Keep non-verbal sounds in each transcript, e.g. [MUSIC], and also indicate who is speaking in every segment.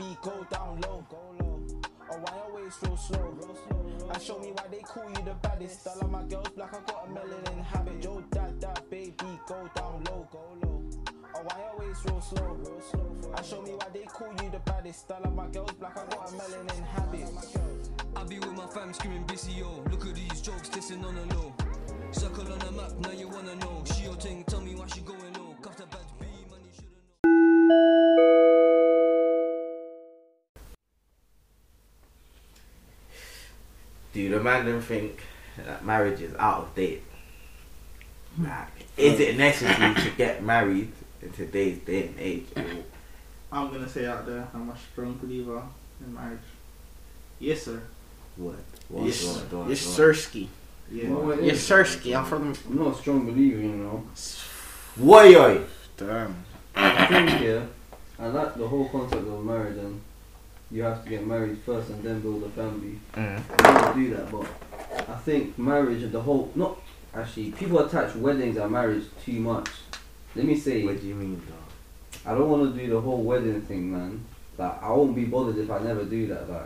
Speaker 1: me go down low. Oh, I always roll slow. I show me why they call you the baddest. All of my girls black, I got a melanin habit. Yo, dad, that baby, go down low. Oh, I always roll slow. I show me why they call you the baddest. All of my girls black, I got a melanin habit.
Speaker 2: I be with my fam screaming busy yo. Look at these jokes, listen on the low. Circle on the map, now you wanna know. She your ting, tell me why she going low. Cuffed a bad B, man, you shoulda know.
Speaker 3: Do the man then think that marriage is out of date? Like,
Speaker 4: Mm.
Speaker 3: is it necessary to get married in today's day and age?
Speaker 5: I'm gonna say out there, I'm a strong believer in marriage. Yes, sir.
Speaker 3: What? What?
Speaker 6: Yes,
Speaker 3: what, what,
Speaker 6: yes,
Speaker 3: what?
Speaker 6: Sirski.
Speaker 5: Yeah.
Speaker 4: Well,
Speaker 6: Yes, Sirski. I'm from.
Speaker 4: I'm not a strong believer, you
Speaker 6: [COUGHS]
Speaker 4: know.
Speaker 3: Why, oi?
Speaker 6: Damn.
Speaker 4: I think, yeah, I like the whole concept of marriage and you have to get married first and then build a family. I don't do that, but I think marriage and the whole, not actually, people attach weddings and marriage too much. Let me say,
Speaker 3: What do you mean, though?
Speaker 4: I don't want to do the whole wedding thing, man. Like, I won't be bothered if I never do that. Like,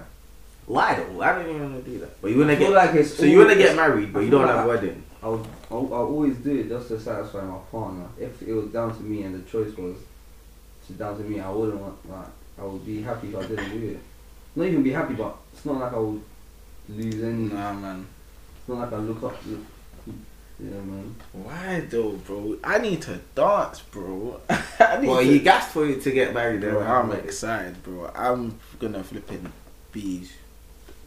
Speaker 3: Why though? I don't even want to do that. But you wanna
Speaker 4: I feel
Speaker 3: get
Speaker 4: like it's
Speaker 3: so you wanna
Speaker 4: always-
Speaker 3: get married, but you don't have a wedding.
Speaker 4: I'll, I'll, I'll always do it just to satisfy my partner. If it was down to me and the choice was to down to me, I wouldn't want like I would be happy if I didn't do it. Not even be happy, but it's not like I would lose any.
Speaker 6: Nah, man.
Speaker 4: It's not like I look up. Look, yeah, man.
Speaker 6: Why though, bro? I need to dance, bro. [LAUGHS] I need
Speaker 3: Well,
Speaker 6: to.
Speaker 3: you gassed for you to get married, then.
Speaker 6: bro, I'm excited, bro. I'm gonna flipping bees.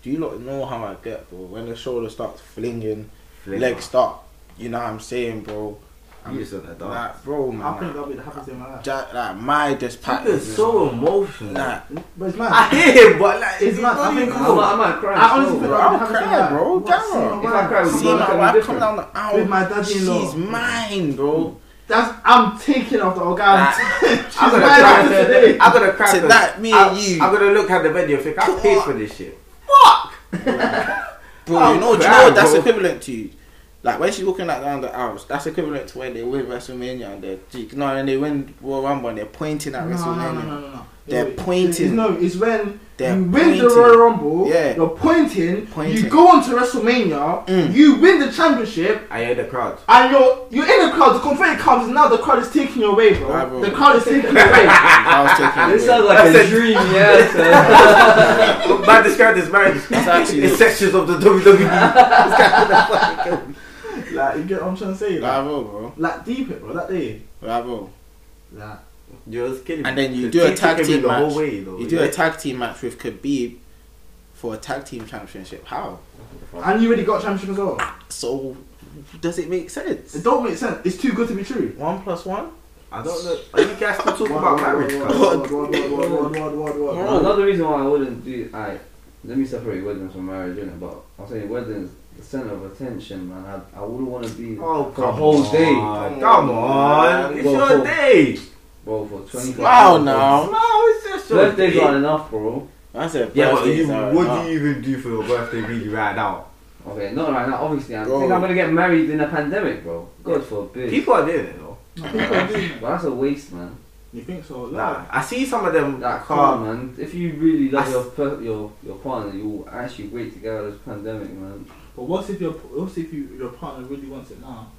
Speaker 6: Do you lot know how I get, bro? When the shoulder starts flinging, legs start. You know what I'm saying, bro?
Speaker 3: I'm just on the dog.
Speaker 6: Like, bro,
Speaker 5: I think
Speaker 6: man.
Speaker 5: that'll be the happiest day of my life.
Speaker 6: That, like, my dispatch.
Speaker 3: It's so emotional.
Speaker 6: Nah,
Speaker 5: But it's mad.
Speaker 3: I hear him, but like,
Speaker 5: It's mad. I think
Speaker 4: I might, I might cry.
Speaker 5: I honestly
Speaker 4: slow,
Speaker 5: feel
Speaker 4: bro.
Speaker 5: like
Speaker 6: I'm
Speaker 5: I'm having
Speaker 6: crying,
Speaker 5: that.
Speaker 6: bro.
Speaker 5: What,
Speaker 6: Damn.
Speaker 5: seeing my
Speaker 4: If I
Speaker 5: wife?
Speaker 4: cry,
Speaker 6: see
Speaker 4: Well,
Speaker 6: my
Speaker 4: can be
Speaker 6: wife come
Speaker 4: different.
Speaker 6: down the aisle.
Speaker 5: With my daddy-in-law.
Speaker 6: She's mine, bro.
Speaker 5: That's I'm taking off the organ. [LAUGHS] She's
Speaker 3: I'm gonna
Speaker 5: mad
Speaker 3: cry.
Speaker 6: [LAUGHS]
Speaker 5: after today.
Speaker 3: I'm gonna cry.
Speaker 6: Tonight,
Speaker 3: because
Speaker 6: me
Speaker 3: I'm,
Speaker 6: and you.
Speaker 3: I'm gonna look at the video and think I paid for this shit.
Speaker 6: Bro,
Speaker 3: I'm
Speaker 6: you know, do you
Speaker 3: crying,
Speaker 6: know what that's
Speaker 3: bro.
Speaker 6: equivalent to? Like when she's walking like down the house, that's equivalent to when they win WrestleMania and they're you know, and they win Royal Rumble and they're pointing at
Speaker 5: No, no,
Speaker 6: WrestleMania.
Speaker 5: no, no, no, no.
Speaker 6: They're
Speaker 5: It's-
Speaker 6: pointing.
Speaker 5: No, it's when
Speaker 6: They're
Speaker 5: you win
Speaker 6: pointing.
Speaker 5: the Royal Rumble.
Speaker 6: Yeah.
Speaker 5: You're pointing,
Speaker 6: Pointing.
Speaker 5: You go on to WrestleMania.
Speaker 6: Mm.
Speaker 5: You win the championship,
Speaker 3: I hear the crowd.
Speaker 5: and you're you're in the crowd. The confetti comes. Now the crowd is taking you away, bro.
Speaker 6: Right, bro.
Speaker 5: The crowd is taking you
Speaker 6: [LAUGHS]
Speaker 5: away.
Speaker 6: I was
Speaker 3: [LAUGHS]
Speaker 6: taking
Speaker 4: This
Speaker 6: it.
Speaker 4: sounds like a dream, yeah. sir.
Speaker 3: Man described this marriage
Speaker 6: That's actually
Speaker 3: in sections of the E. WWE.
Speaker 5: like you get what I'm trying to say. Like,
Speaker 6: Bravo, bro.
Speaker 5: like deep it, bro. That day.
Speaker 6: Bravo.
Speaker 5: Like,
Speaker 3: [LAUGHS] You're just kidding.
Speaker 6: And
Speaker 3: me.
Speaker 6: then you
Speaker 3: It's
Speaker 6: do a
Speaker 3: taking
Speaker 6: tag
Speaker 3: me
Speaker 6: team
Speaker 3: the
Speaker 6: match.
Speaker 3: whole way, though.
Speaker 6: You do a tag team match with Khabib for a tag team championship. How?
Speaker 5: and you already got championship as well.
Speaker 6: So does it make sense?
Speaker 5: It don't make sense. It's too good to be true.
Speaker 6: One plus one.
Speaker 3: I don't know. Are you guys still talking about marriage? cuz?
Speaker 5: Word, word, word, word, word, word, word, word.
Speaker 4: Well, Another reason why I wouldn't do I let me separate weddings from marriage, innit? But I'm saying weddings, the center of attention, man. I, I wouldn't want to be
Speaker 3: Oh,
Speaker 4: the whole day.
Speaker 3: Come on, it's
Speaker 4: Well,
Speaker 3: your
Speaker 4: well.
Speaker 3: day.
Speaker 4: Bro, for 24
Speaker 6: Wow,
Speaker 4: hours,
Speaker 6: now.
Speaker 3: No, it's just your
Speaker 4: Birthdays aren't
Speaker 3: day.
Speaker 4: enough, bro.
Speaker 6: I said,
Speaker 3: Yeah, but
Speaker 6: birthdays
Speaker 3: you,
Speaker 6: are
Speaker 3: what
Speaker 6: enough.
Speaker 3: do you even do for your birthday really right now?
Speaker 4: Okay, not right now. Obviously, I
Speaker 6: Bro.
Speaker 4: think I'm gonna get married in a pandemic, bro. God forbid.
Speaker 3: People are doing it though.
Speaker 4: but that's a waste, man.
Speaker 5: You think so?
Speaker 3: Nah,
Speaker 5: Like,
Speaker 3: I see some of them
Speaker 4: That
Speaker 3: that
Speaker 4: car,
Speaker 3: can't.
Speaker 4: man. If you really love
Speaker 3: I-
Speaker 4: your per- your your partner, you will actually wait to get out of this pandemic, man.
Speaker 5: but what's if your what's if you, your partner really wants it now?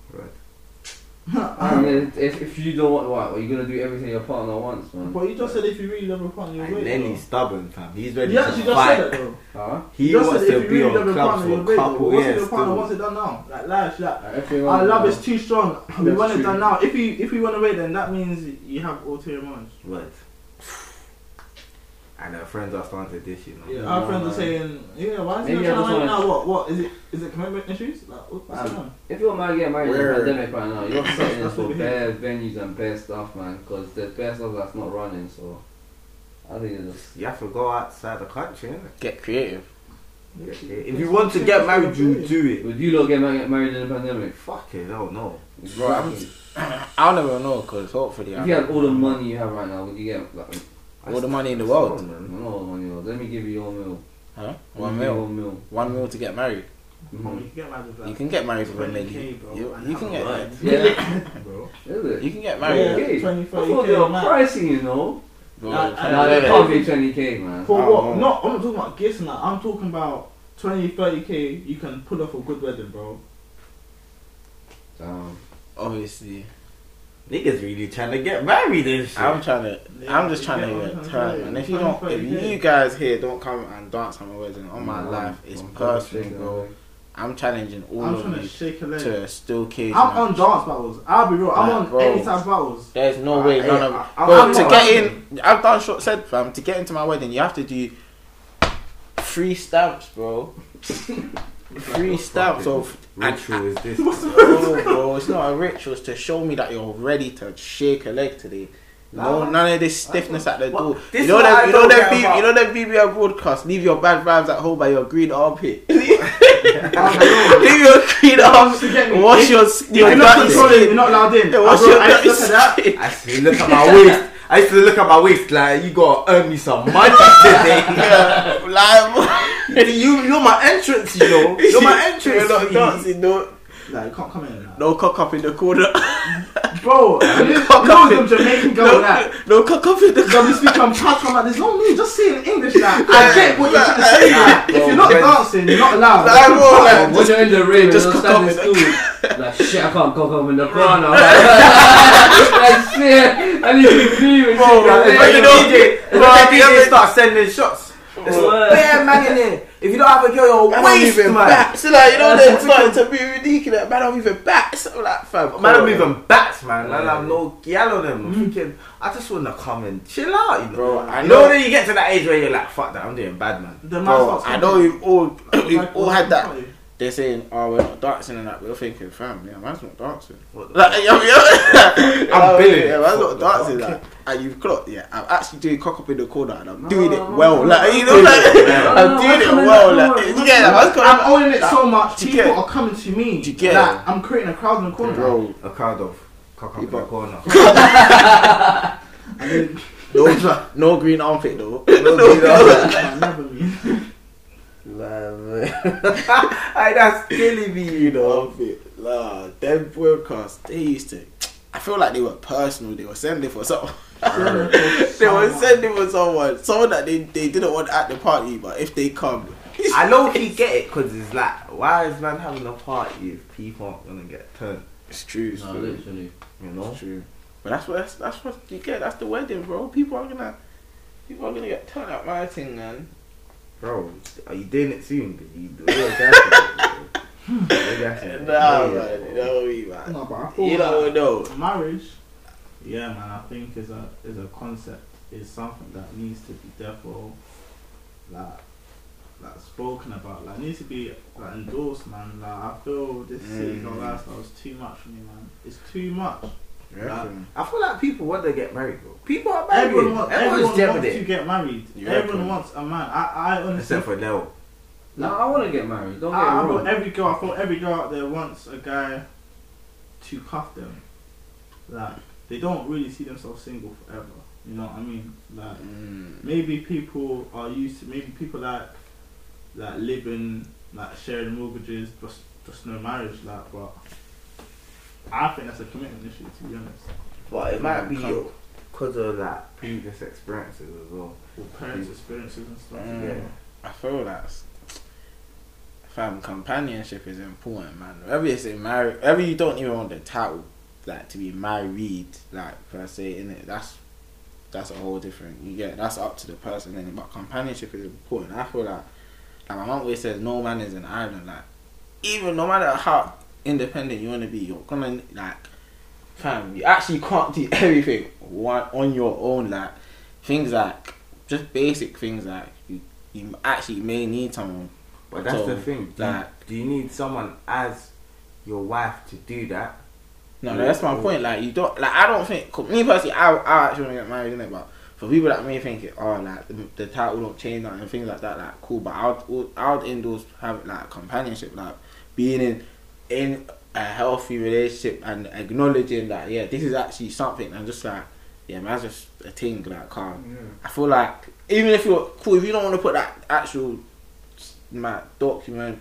Speaker 4: I mean, if, if you don't want, what are you gonna do everything your partner wants, man?
Speaker 5: But you just said if you really love your partner, you'll
Speaker 3: And
Speaker 5: wait.
Speaker 3: then
Speaker 5: though.
Speaker 3: he's stubborn, fam. He's ready
Speaker 5: You
Speaker 3: to
Speaker 5: actually just
Speaker 3: fight.
Speaker 5: said that though.
Speaker 4: Huh?
Speaker 3: He
Speaker 5: you just
Speaker 3: wants
Speaker 5: said
Speaker 3: to
Speaker 5: if
Speaker 3: be
Speaker 5: you really love
Speaker 3: on
Speaker 5: your
Speaker 3: clubs
Speaker 5: partner,
Speaker 3: for a
Speaker 5: you'll wait. though. But
Speaker 3: couple
Speaker 5: What's if
Speaker 3: years.
Speaker 5: your partner
Speaker 3: still.
Speaker 5: wants it done now? Like life, like.
Speaker 4: Everything
Speaker 5: Our
Speaker 4: wants,
Speaker 5: love
Speaker 4: man.
Speaker 5: is too strong. We
Speaker 4: That's
Speaker 5: want it
Speaker 4: true.
Speaker 5: done now. If you if we want to wait, then that means you have ulterior minds.
Speaker 3: What? And her friends are starting to dish, you know.
Speaker 5: Our friends are saying, yeah, why is he
Speaker 4: Maybe I
Speaker 5: not
Speaker 4: just
Speaker 5: trying right
Speaker 4: wanna-
Speaker 5: now? What? What is it? Is it commitment issues? Like what- what's going
Speaker 4: Um,
Speaker 5: on?
Speaker 4: If you're married, get married
Speaker 6: Where-
Speaker 4: in the pandemic right now. You're setting
Speaker 5: That's
Speaker 4: for
Speaker 5: what we
Speaker 4: bare venues and bare stuff, man. Because there's bare stuff that's not running, so I think it's just
Speaker 3: You have to go outside the country, innit?
Speaker 6: Get creative.
Speaker 3: If you want to get married, you do it.
Speaker 4: Would you lot get ma- married in the pandemic?
Speaker 3: Fuck it, hell no.
Speaker 6: Bro, I'm-
Speaker 4: Exactly.
Speaker 6: I'll never know because hopefully I
Speaker 4: If you had all the money you have right now, would you get like
Speaker 6: all the money in the
Speaker 3: It's
Speaker 6: world.
Speaker 3: wrong, man.
Speaker 4: not all the money? Let me give you your meal.
Speaker 6: Huh? One Mm.
Speaker 4: Let me give you
Speaker 6: mil.
Speaker 4: Your meal.
Speaker 6: One mil to get married.
Speaker 5: Oh, you
Speaker 4: Mhm.
Speaker 5: can get mad with that.
Speaker 6: You can get married with a nigga.
Speaker 5: 20K, bro.
Speaker 6: You,
Speaker 5: I
Speaker 6: you can get
Speaker 3: What?
Speaker 4: [LAUGHS] Yeah. Is it?
Speaker 6: you can get
Speaker 5: Yeah,
Speaker 6: married.
Speaker 4: Okay.
Speaker 5: 20,
Speaker 4: I thought they
Speaker 5: 30K,
Speaker 4: were
Speaker 5: mad.
Speaker 4: pricing, you know.
Speaker 6: Bro,
Speaker 5: Nah, I-
Speaker 4: No,
Speaker 5: I-
Speaker 4: it
Speaker 6: yeah.
Speaker 4: can't be twenty k, man.
Speaker 5: For
Speaker 6: Oh, oh.
Speaker 5: what? No, I'm not talking about gifts now. I'm talking about 20, 30k. You can pull off a good wedding, bro.
Speaker 4: Damn.
Speaker 6: obviously.
Speaker 3: Um, Niggas really trying to get married and shit.
Speaker 6: I'm trying to.
Speaker 5: Yeah,
Speaker 6: I'm just
Speaker 5: you
Speaker 6: trying to
Speaker 5: get what
Speaker 6: hear
Speaker 5: I'm
Speaker 6: a
Speaker 5: trying to
Speaker 6: turn,
Speaker 5: say.
Speaker 6: man. If you don't, if
Speaker 5: 20K.
Speaker 6: you guys here don't come and dance at my wedding, on my
Speaker 4: Nah,
Speaker 6: life,
Speaker 4: I'm-
Speaker 6: it's
Speaker 4: I'm
Speaker 6: personal,
Speaker 4: shaking
Speaker 6: bro.
Speaker 4: my leg.
Speaker 6: I'm challenging all
Speaker 5: I'm trying
Speaker 6: of
Speaker 5: to
Speaker 6: you
Speaker 5: shake a leg.
Speaker 6: to still cage.
Speaker 5: I'm
Speaker 6: match.
Speaker 5: on dance battles. I'll be real. I'm
Speaker 6: Nah,
Speaker 5: on
Speaker 6: bro.
Speaker 5: any type of battles.
Speaker 6: There's no way
Speaker 5: I-
Speaker 6: none of.
Speaker 5: I- I'm-
Speaker 6: bro,
Speaker 5: I'm
Speaker 6: to
Speaker 5: not
Speaker 6: get in, I've done short said fam. To get into my wedding, you have to do three stamps, bro. three stamps of. and-
Speaker 3: Ritual is
Speaker 6: [LAUGHS]
Speaker 3: this.
Speaker 6: No, Oh, bro, it's not a ritual. It's to show me that you're ready to shake a leg today. No,
Speaker 3: Nah.
Speaker 6: none of this stiffness at the
Speaker 3: What?
Speaker 6: door.
Speaker 3: This
Speaker 6: you know
Speaker 3: is what
Speaker 6: that
Speaker 3: I
Speaker 6: you know
Speaker 3: don't
Speaker 6: that
Speaker 3: care
Speaker 6: B, you
Speaker 3: about.
Speaker 6: know that BBL broadcast. Leave your bad vibes at home by your green
Speaker 3: [LAUGHS]
Speaker 6: armpit. Leave your green
Speaker 5: I'm
Speaker 6: armpit.
Speaker 5: just get me.
Speaker 6: Wash your
Speaker 5: You're
Speaker 6: your
Speaker 5: not
Speaker 6: dirty
Speaker 5: controlling. You're
Speaker 6: skin.
Speaker 5: not allowed in.
Speaker 6: Yeah,
Speaker 5: I
Speaker 6: Wash
Speaker 5: bro-
Speaker 6: your
Speaker 5: I used to
Speaker 6: dirty
Speaker 5: look at
Speaker 6: skin.
Speaker 5: that.
Speaker 3: I used to look at my waist. I used to look at my waist like you gotta earn me
Speaker 6: [LAUGHS]
Speaker 3: some money today.
Speaker 6: Yeah, like
Speaker 3: you you're my entrance,
Speaker 6: [LAUGHS]
Speaker 3: you know. You're my entrance.
Speaker 6: You're not [LAUGHS]
Speaker 3: fee.
Speaker 6: dancing. No,
Speaker 5: Like, you can't come in. Like.
Speaker 6: no cock up in the corner. [LAUGHS]
Speaker 5: Bro, you know some Jamaican girl
Speaker 6: No,
Speaker 5: that.
Speaker 6: no cock up in the corner.
Speaker 5: Because we speak on touch, I'm like, there's no need, just say it in English, like, I get what you're trying to say, like, if you're not
Speaker 3: Ah,
Speaker 5: dancing, you're not allowed.
Speaker 6: [LAUGHS] Like, bro, like,
Speaker 4: When you're in the ring,
Speaker 6: just
Speaker 4: just you're
Speaker 6: cock up
Speaker 4: standing
Speaker 6: [LAUGHS]
Speaker 4: still. like shit, I can't cock up in the corner. Like, [LAUGHS] like shit, I need to do it.
Speaker 3: Bro, it's
Speaker 4: Like, hey,
Speaker 3: like
Speaker 6: you
Speaker 3: the
Speaker 6: know-
Speaker 3: DJ, it's
Speaker 6: bro,
Speaker 3: like the
Speaker 6: yeah,
Speaker 3: DJ
Speaker 6: but-
Speaker 3: start sending shots. It's
Speaker 4: Bro.
Speaker 3: bare man in here. If you don't have a girl, you're a
Speaker 6: Man, I'm
Speaker 3: waste,
Speaker 6: even
Speaker 3: man.
Speaker 6: back. So like, you know, they're starting to be ridiculous. Man, I'm even back. So I'm like, fam,
Speaker 3: Man,
Speaker 6: come
Speaker 3: I'm
Speaker 6: on.
Speaker 3: even bats, man. Man,
Speaker 4: Yeah.
Speaker 3: I'm no gal on them. I'm thinking, I just want to come and chill out, you know.
Speaker 6: Bro, I
Speaker 3: you know
Speaker 6: know.
Speaker 3: when you get to that age where you're like, fuck that, I'm doing bad, man.
Speaker 5: The man
Speaker 6: Bro,
Speaker 5: starts
Speaker 6: I know we've
Speaker 3: [COUGHS]
Speaker 6: all we've all had that.
Speaker 5: Like,
Speaker 6: They're saying, "Oh, we're not dancing," and that we're thinking, "Fam, yeah, man's not dancing."
Speaker 3: What the-
Speaker 6: Like, [LAUGHS] yo, yo,
Speaker 3: [LAUGHS] I'm
Speaker 6: Like,
Speaker 3: billing
Speaker 6: Yeah,
Speaker 3: it.
Speaker 6: man's
Speaker 3: Fuck
Speaker 6: not
Speaker 3: that.
Speaker 6: dancing. Like, and you've clocked, yeah. I'm actually doing cock up in the corner, and I'm
Speaker 4: No,
Speaker 6: doing
Speaker 4: no,
Speaker 6: it
Speaker 4: no,
Speaker 6: well.
Speaker 3: Oh,
Speaker 4: no,
Speaker 6: Like,
Speaker 4: no,
Speaker 6: you
Speaker 4: no,
Speaker 6: know,
Speaker 3: no,
Speaker 6: like
Speaker 3: no,
Speaker 6: [LAUGHS] I'm
Speaker 4: no,
Speaker 6: doing
Speaker 4: no,
Speaker 6: it
Speaker 4: no,
Speaker 6: well.
Speaker 4: no,
Speaker 6: Like,
Speaker 4: no, no,
Speaker 6: yeah,
Speaker 4: no,
Speaker 6: man's coming.
Speaker 5: I'm owning it so much,
Speaker 6: Do you
Speaker 5: people
Speaker 6: get it?
Speaker 5: are coming to me.
Speaker 6: Do you get
Speaker 5: like,
Speaker 6: it?
Speaker 5: I'm creating a crowd in the corner. [LAUGHS]
Speaker 6: Bro,
Speaker 3: A crowd of cock up in the
Speaker 6: People.
Speaker 3: corner.
Speaker 5: I mean,
Speaker 3: [LAUGHS]
Speaker 6: no, no green armpit though.
Speaker 3: No, no.
Speaker 5: I never mean.
Speaker 3: Aye, that's killing me, you know.
Speaker 6: Love it. Nah, them broadcasts, they used to. I feel like they were personal. They were sending for someone. [LAUGHS] They were sending for someone. Someone that they, they didn't want at the party, but if they come.
Speaker 3: I know he get it because it's like, why is man having a party if people aren't gonna get turned?
Speaker 6: It's true. It's
Speaker 4: No,
Speaker 6: true.
Speaker 4: literally.
Speaker 3: You know.
Speaker 6: It's true. But that's what, that's, that's what you get. That's the wedding, bro. People are gonna. People are gonna get turned out my thing, man.
Speaker 3: Bro, are you doing it soon? 'Cause you do
Speaker 6: [LAUGHS]
Speaker 3: it.
Speaker 6: Nah, man. You know me, man.
Speaker 5: No, but I feel
Speaker 6: You don't
Speaker 5: like
Speaker 6: know.
Speaker 5: marriage, yeah, man, I think is a is a concept. Is something that needs to be therefore like like spoken about. Like needs to be like endorsed, man. Like I feel this city girl
Speaker 6: Mm.
Speaker 5: lifestyle is too much for me, man. It's too much.
Speaker 6: Yeah.
Speaker 3: I feel like people want to get married, bro. People are married.
Speaker 5: Everyone wants. Everyone
Speaker 3: Everyone's jabbing
Speaker 5: wants to
Speaker 3: it.
Speaker 5: get married.
Speaker 6: You
Speaker 5: everyone
Speaker 6: reckon?
Speaker 5: wants a man. I I honestly.
Speaker 3: Except for Leo.
Speaker 4: No, I want to get married. Don't get
Speaker 5: I, I
Speaker 4: me
Speaker 5: thought
Speaker 4: wrong.
Speaker 5: every girl. I thought every girl out there wants a guy to cuff them. Like they don't really see themselves single forever. You know what I mean? Like
Speaker 6: Mm.
Speaker 5: maybe people are used to maybe people like like living like sharing mortgages just just no marriage like but I think that's a commitment issue to be honest.
Speaker 3: But it might be because of like previous experiences as well.
Speaker 5: With parents' experiences and stuff.
Speaker 6: Mm.
Speaker 5: Yeah.
Speaker 6: I feel that's fam companionship is important, man. Whether it's in marriage, whether you don't even want the title like to be married, like per se, in it that's that's a whole different. You get that's up to the person. Then, but companionship is important. I feel like like my mum always says, no man is an island. Like even no matter how independent you want to be, you're gonna like fam. You actually can't do [LAUGHS] everything one on your own. Like things like just basic things like you you actually may need someone.
Speaker 3: But that's
Speaker 6: So,
Speaker 3: the thing. Do you,
Speaker 6: like-
Speaker 3: do you need someone as your wife to do that?
Speaker 6: No, no, that's my point. Like you don't like I don't think 'cause me personally I I actually want to get married in it, but for people that may think it oh like the, the title don't change that and things like that like cool, but I would I would endorse having like companionship like being in in a healthy relationship and acknowledging that yeah this is actually something and just like yeah man that's just a thing like calm. I feel like even if you're cool, if you don't want to put that actual like, document,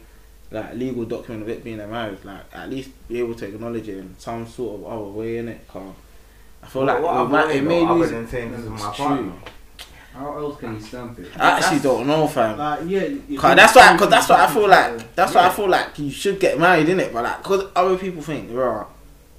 Speaker 6: like legal document of it being a marriage, like at least be able to acknowledge it in some sort of other way in it. Cause I feel like
Speaker 3: what
Speaker 6: it, ma-
Speaker 3: I've
Speaker 6: it
Speaker 3: made
Speaker 6: made
Speaker 3: other
Speaker 6: me.
Speaker 3: than saying this is my
Speaker 6: It's
Speaker 3: partner.
Speaker 4: How else can you stamp it?
Speaker 6: I actually don't know, fam.
Speaker 5: Like, yeah, you
Speaker 6: Cause
Speaker 5: do
Speaker 6: that's why, cause
Speaker 5: something
Speaker 6: that's what I
Speaker 5: to
Speaker 6: feel
Speaker 5: people.
Speaker 6: like. That's why I feel like you should get married, innit? But like, cause other people think, bro,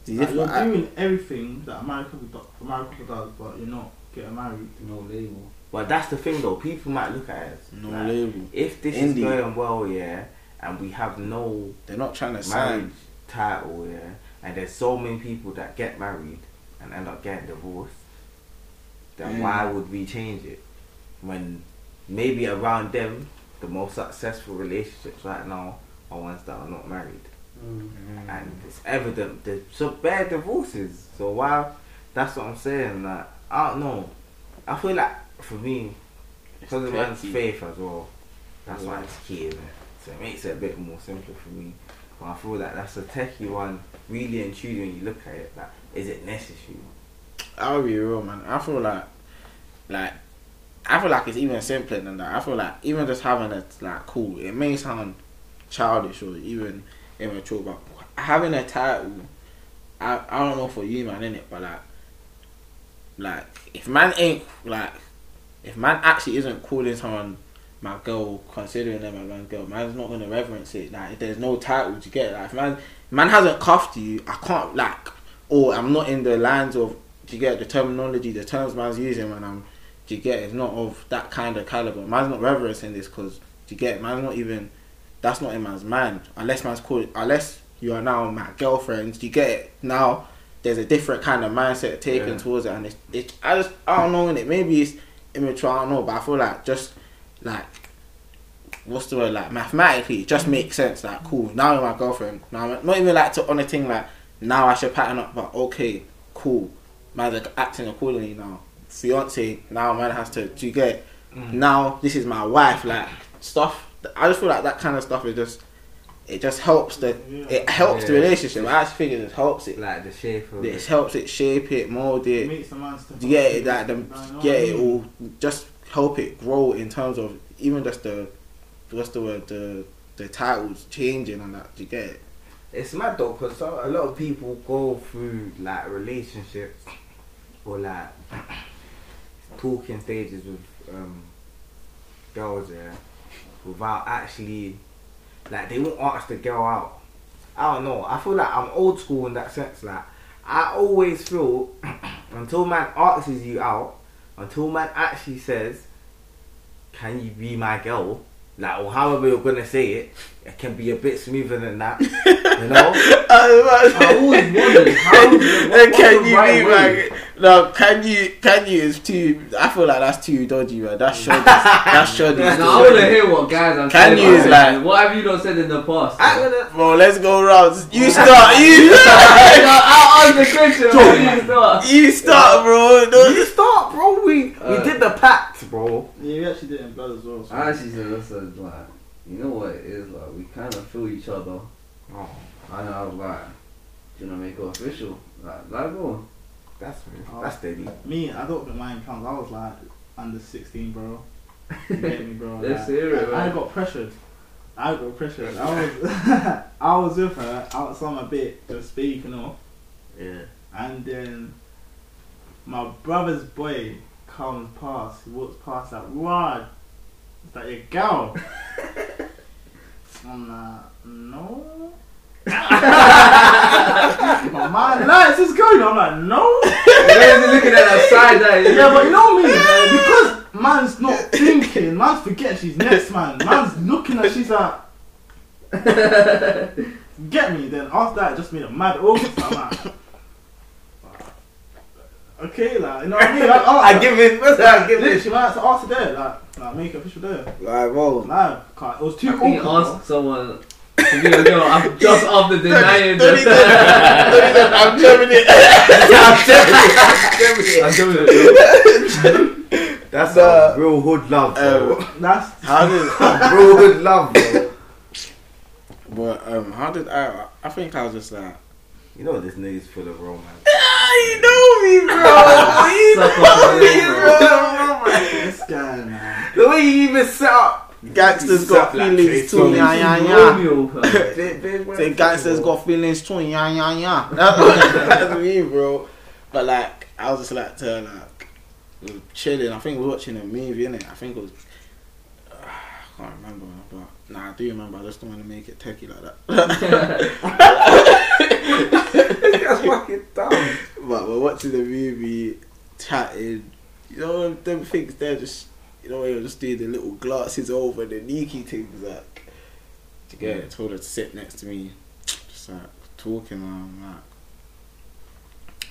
Speaker 6: these
Speaker 5: Like,
Speaker 6: different- I-
Speaker 5: you're doing everything that a married couple, do, a married couple does, but you're not getting married.
Speaker 4: No label.
Speaker 3: But that's the thing though, people might look at it. as,
Speaker 6: no
Speaker 3: like,
Speaker 6: label.
Speaker 3: If this
Speaker 6: Indeed.
Speaker 3: is going well, yeah, and we have no
Speaker 6: They're not trying to
Speaker 3: marriage
Speaker 6: sign.
Speaker 3: title, yeah, and there's so many people that get married and end up getting divorced, then
Speaker 6: Mm.
Speaker 3: why would we change it? When maybe around them, the most successful relationships right now are ones that are not married. and it's evident there's some bad divorces. So why? That's what I'm saying. Like I don't know. I feel like for me, because of man's
Speaker 6: tricky.
Speaker 3: faith as well. That's why it's key. innit? So it makes it a bit more simple for me. But I feel like that's a techie one. Really and truly, when you look at it, like is it necessary?
Speaker 6: I'll be real, man. I feel like, like, I feel like it's even simpler than that. I feel like even just having a like cool. It may sound childish or even immature, but having a title, I I don't know for you, man, innit? But like, like if man ain't like, if man actually isn't calling someone my girl, considering them as man's girl, man's not gonna reverence it. Like if there's no title to get, like if man man hasn't cuffed you, I can't like, or I'm not in the lines of do you get the terminology, the terms man's using when I'm, do you get it's not of that kind of caliber. Man's not reverencing this because do you get man's not even, that's not in man's mind unless man's called unless you are now my girlfriend. Do you get it now? There's a different kind of mindset taken
Speaker 3: Yeah.
Speaker 6: towards it, and it's, it's I just I don't know in it. Maybe it's immature. I don't know, but I feel like just like what's the word like mathematically it just makes sense. Like cool, now you're my girlfriend. Now I'm- not even like to on a thing like now I should pattern up, but okay, cool. Man's like, acting accordingly now. Fiance now man has to do you get it?
Speaker 5: Mm.
Speaker 6: now this is my wife like stuff. I just feel like that kind of stuff is just it just helps the it helps the
Speaker 3: Yeah.
Speaker 6: relationship. I actually think it just helps it.
Speaker 3: Like the shape of
Speaker 6: It helps it shape it, mold
Speaker 5: It
Speaker 6: it
Speaker 5: makes the man step
Speaker 6: yeah,
Speaker 5: up.
Speaker 6: it, like them,
Speaker 5: You know
Speaker 6: yeah,
Speaker 5: what I
Speaker 6: it
Speaker 5: mean?
Speaker 6: will just help it grow in terms of even just the, what's the word, the the titles changing and that. Do you get it?
Speaker 3: It's mad though, because a lot of people go through like relationships or like [CLEARS THROAT] talking stages with um, girls, yeah, without actually like they won't ask the girl out. I don't know. I feel like I'm old school in that sense. Like I always feel [CLEARS THROAT] until man asks you out, until man actually says, "Can you be my girl?" Like or however you're gonna say it, it can be a bit smoother than that. You
Speaker 6: [LAUGHS]
Speaker 3: know?
Speaker 4: I always wondered how. What,
Speaker 6: can you
Speaker 4: what's the right
Speaker 6: be
Speaker 4: way?
Speaker 6: like no? Can you can you is too? I feel like that's too dodgy, man. That's shoddy. [LAUGHS]
Speaker 3: [LAUGHS]
Speaker 6: that's shoddy.
Speaker 4: Yeah, now I want to hear what guys are
Speaker 6: Can
Speaker 4: saying.
Speaker 6: you is
Speaker 4: about
Speaker 6: like-
Speaker 4: it. what have you not said in the past?
Speaker 3: I
Speaker 6: [LAUGHS]
Speaker 3: gonna
Speaker 6: Bro, let's go round. You start. [LAUGHS] You start.
Speaker 4: I asked the question. How do you start?
Speaker 6: You start, bro. Don't-
Speaker 3: you start, bro. We
Speaker 4: Uh,
Speaker 3: we did the pact, bro.
Speaker 5: Yeah, you actually did it in blood as well. So.
Speaker 4: I actually said, listen, like, you know what it is, like, we kind of feel each other.
Speaker 3: Oh,
Speaker 4: And I was like, do you know, make it official. Like, like, [LAUGHS] go.
Speaker 3: that's that's Debbie.
Speaker 5: Me, I don't think mine counts. I was like under 16, bro. You get me, bro?
Speaker 4: [LAUGHS] Let's
Speaker 5: like,
Speaker 4: hear it,
Speaker 5: I, I
Speaker 4: man.
Speaker 5: got pressured. I got pressured. I was, [LAUGHS] I was with her outside my bit, just speaking off.
Speaker 3: [LAUGHS] Yeah.
Speaker 5: And then my brother's boy comes past. He walks past like, Rod, is that your girl? I'm like, no. [LAUGHS] my man likes this girl. you know, I'm like, no.
Speaker 4: Guys are looking at that side eye.
Speaker 5: Yeah, but you know me, man,
Speaker 6: [LAUGHS]
Speaker 5: because man's not thinking, man's forgetting she's next man. Man's looking at
Speaker 6: [LAUGHS]
Speaker 5: she's like, get me. Then after that, it just made a mad August. I'm
Speaker 6: [LAUGHS]
Speaker 5: like, okay, like, you know what I mean? Like, oh,
Speaker 3: I give it. What's that? I give it.
Speaker 5: Literally, man, it's after there, like, like, make it official there.
Speaker 6: Like, bro.
Speaker 5: Live, can't- it was too
Speaker 4: I think you
Speaker 5: awkward.
Speaker 4: ask someone to be a girl
Speaker 6: [LAUGHS]
Speaker 4: I'm just after denying
Speaker 6: Don't
Speaker 4: [LAUGHS]
Speaker 6: even-
Speaker 4: that.
Speaker 6: don't even- I'm jamming it.
Speaker 3: [LAUGHS]
Speaker 4: I'm doing
Speaker 6: [LAUGHS]
Speaker 4: it.
Speaker 3: That's
Speaker 6: Nah.
Speaker 3: a real hood love, bro.
Speaker 5: bro. That's
Speaker 6: How did?
Speaker 3: [LAUGHS]
Speaker 6: [LAUGHS]
Speaker 3: real hood love, bro.
Speaker 6: But um, how did I? I think I was just like,
Speaker 3: You know this nigga's full of romance. [LAUGHS]
Speaker 6: ah, you know me, [LAUGHS] bro. you
Speaker 4: Suck off my name, bro.
Speaker 5: this guy, man.
Speaker 3: The way you even set [LAUGHS] up.
Speaker 6: Gangsters got feelings too, yeah, yeah, yeah.
Speaker 4: Romeo, fam.
Speaker 6: [LAUGHS] Say gangsters got feelings too, yeah, yeah, yeah. That's what- that's me, bro. But like, I was just like to her, like we were chilling. I think we were watching a movie, innit? I think it was. [SIGHS] I can't remember, but nah, I do remember. I just don't want to make it techie like that.
Speaker 3: [LAUGHS]
Speaker 6: [LAUGHS]
Speaker 3: That's fucking [LAUGHS] dumb.
Speaker 6: but we're watching the movie, chatting. You know them things. They're just you know they were just doing the little glances over the leaky things like. To get it, told her to sit next to me, just like talking and I'm like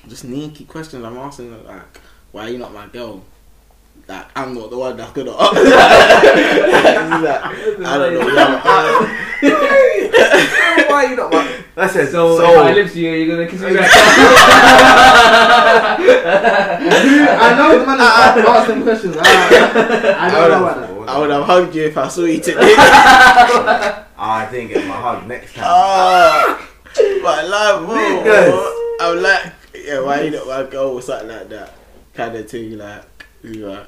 Speaker 6: just sneaky questions. I'm asking her, like, why you not my girl? Like I'm not the one that's gonna. [LAUGHS] She's like, I don't know. why
Speaker 3: Why you not? my- That's it.
Speaker 4: So,
Speaker 3: So,
Speaker 4: if I live to you, you're gonna kiss me back.
Speaker 6: I know the man.
Speaker 3: Ah,
Speaker 6: I, I,
Speaker 5: Ask them questions.
Speaker 3: [LAUGHS]
Speaker 5: I, I
Speaker 6: I
Speaker 5: don't
Speaker 6: would
Speaker 5: know
Speaker 6: have-
Speaker 5: about that.
Speaker 6: I would have hugged you if I saw you [LAUGHS] today.
Speaker 3: I didn't get my hug next time.
Speaker 6: Ah, but like, bro,
Speaker 3: Niggas.
Speaker 6: I'm like, yeah, why you not my girl or something like that, kind of thing. Like, you like,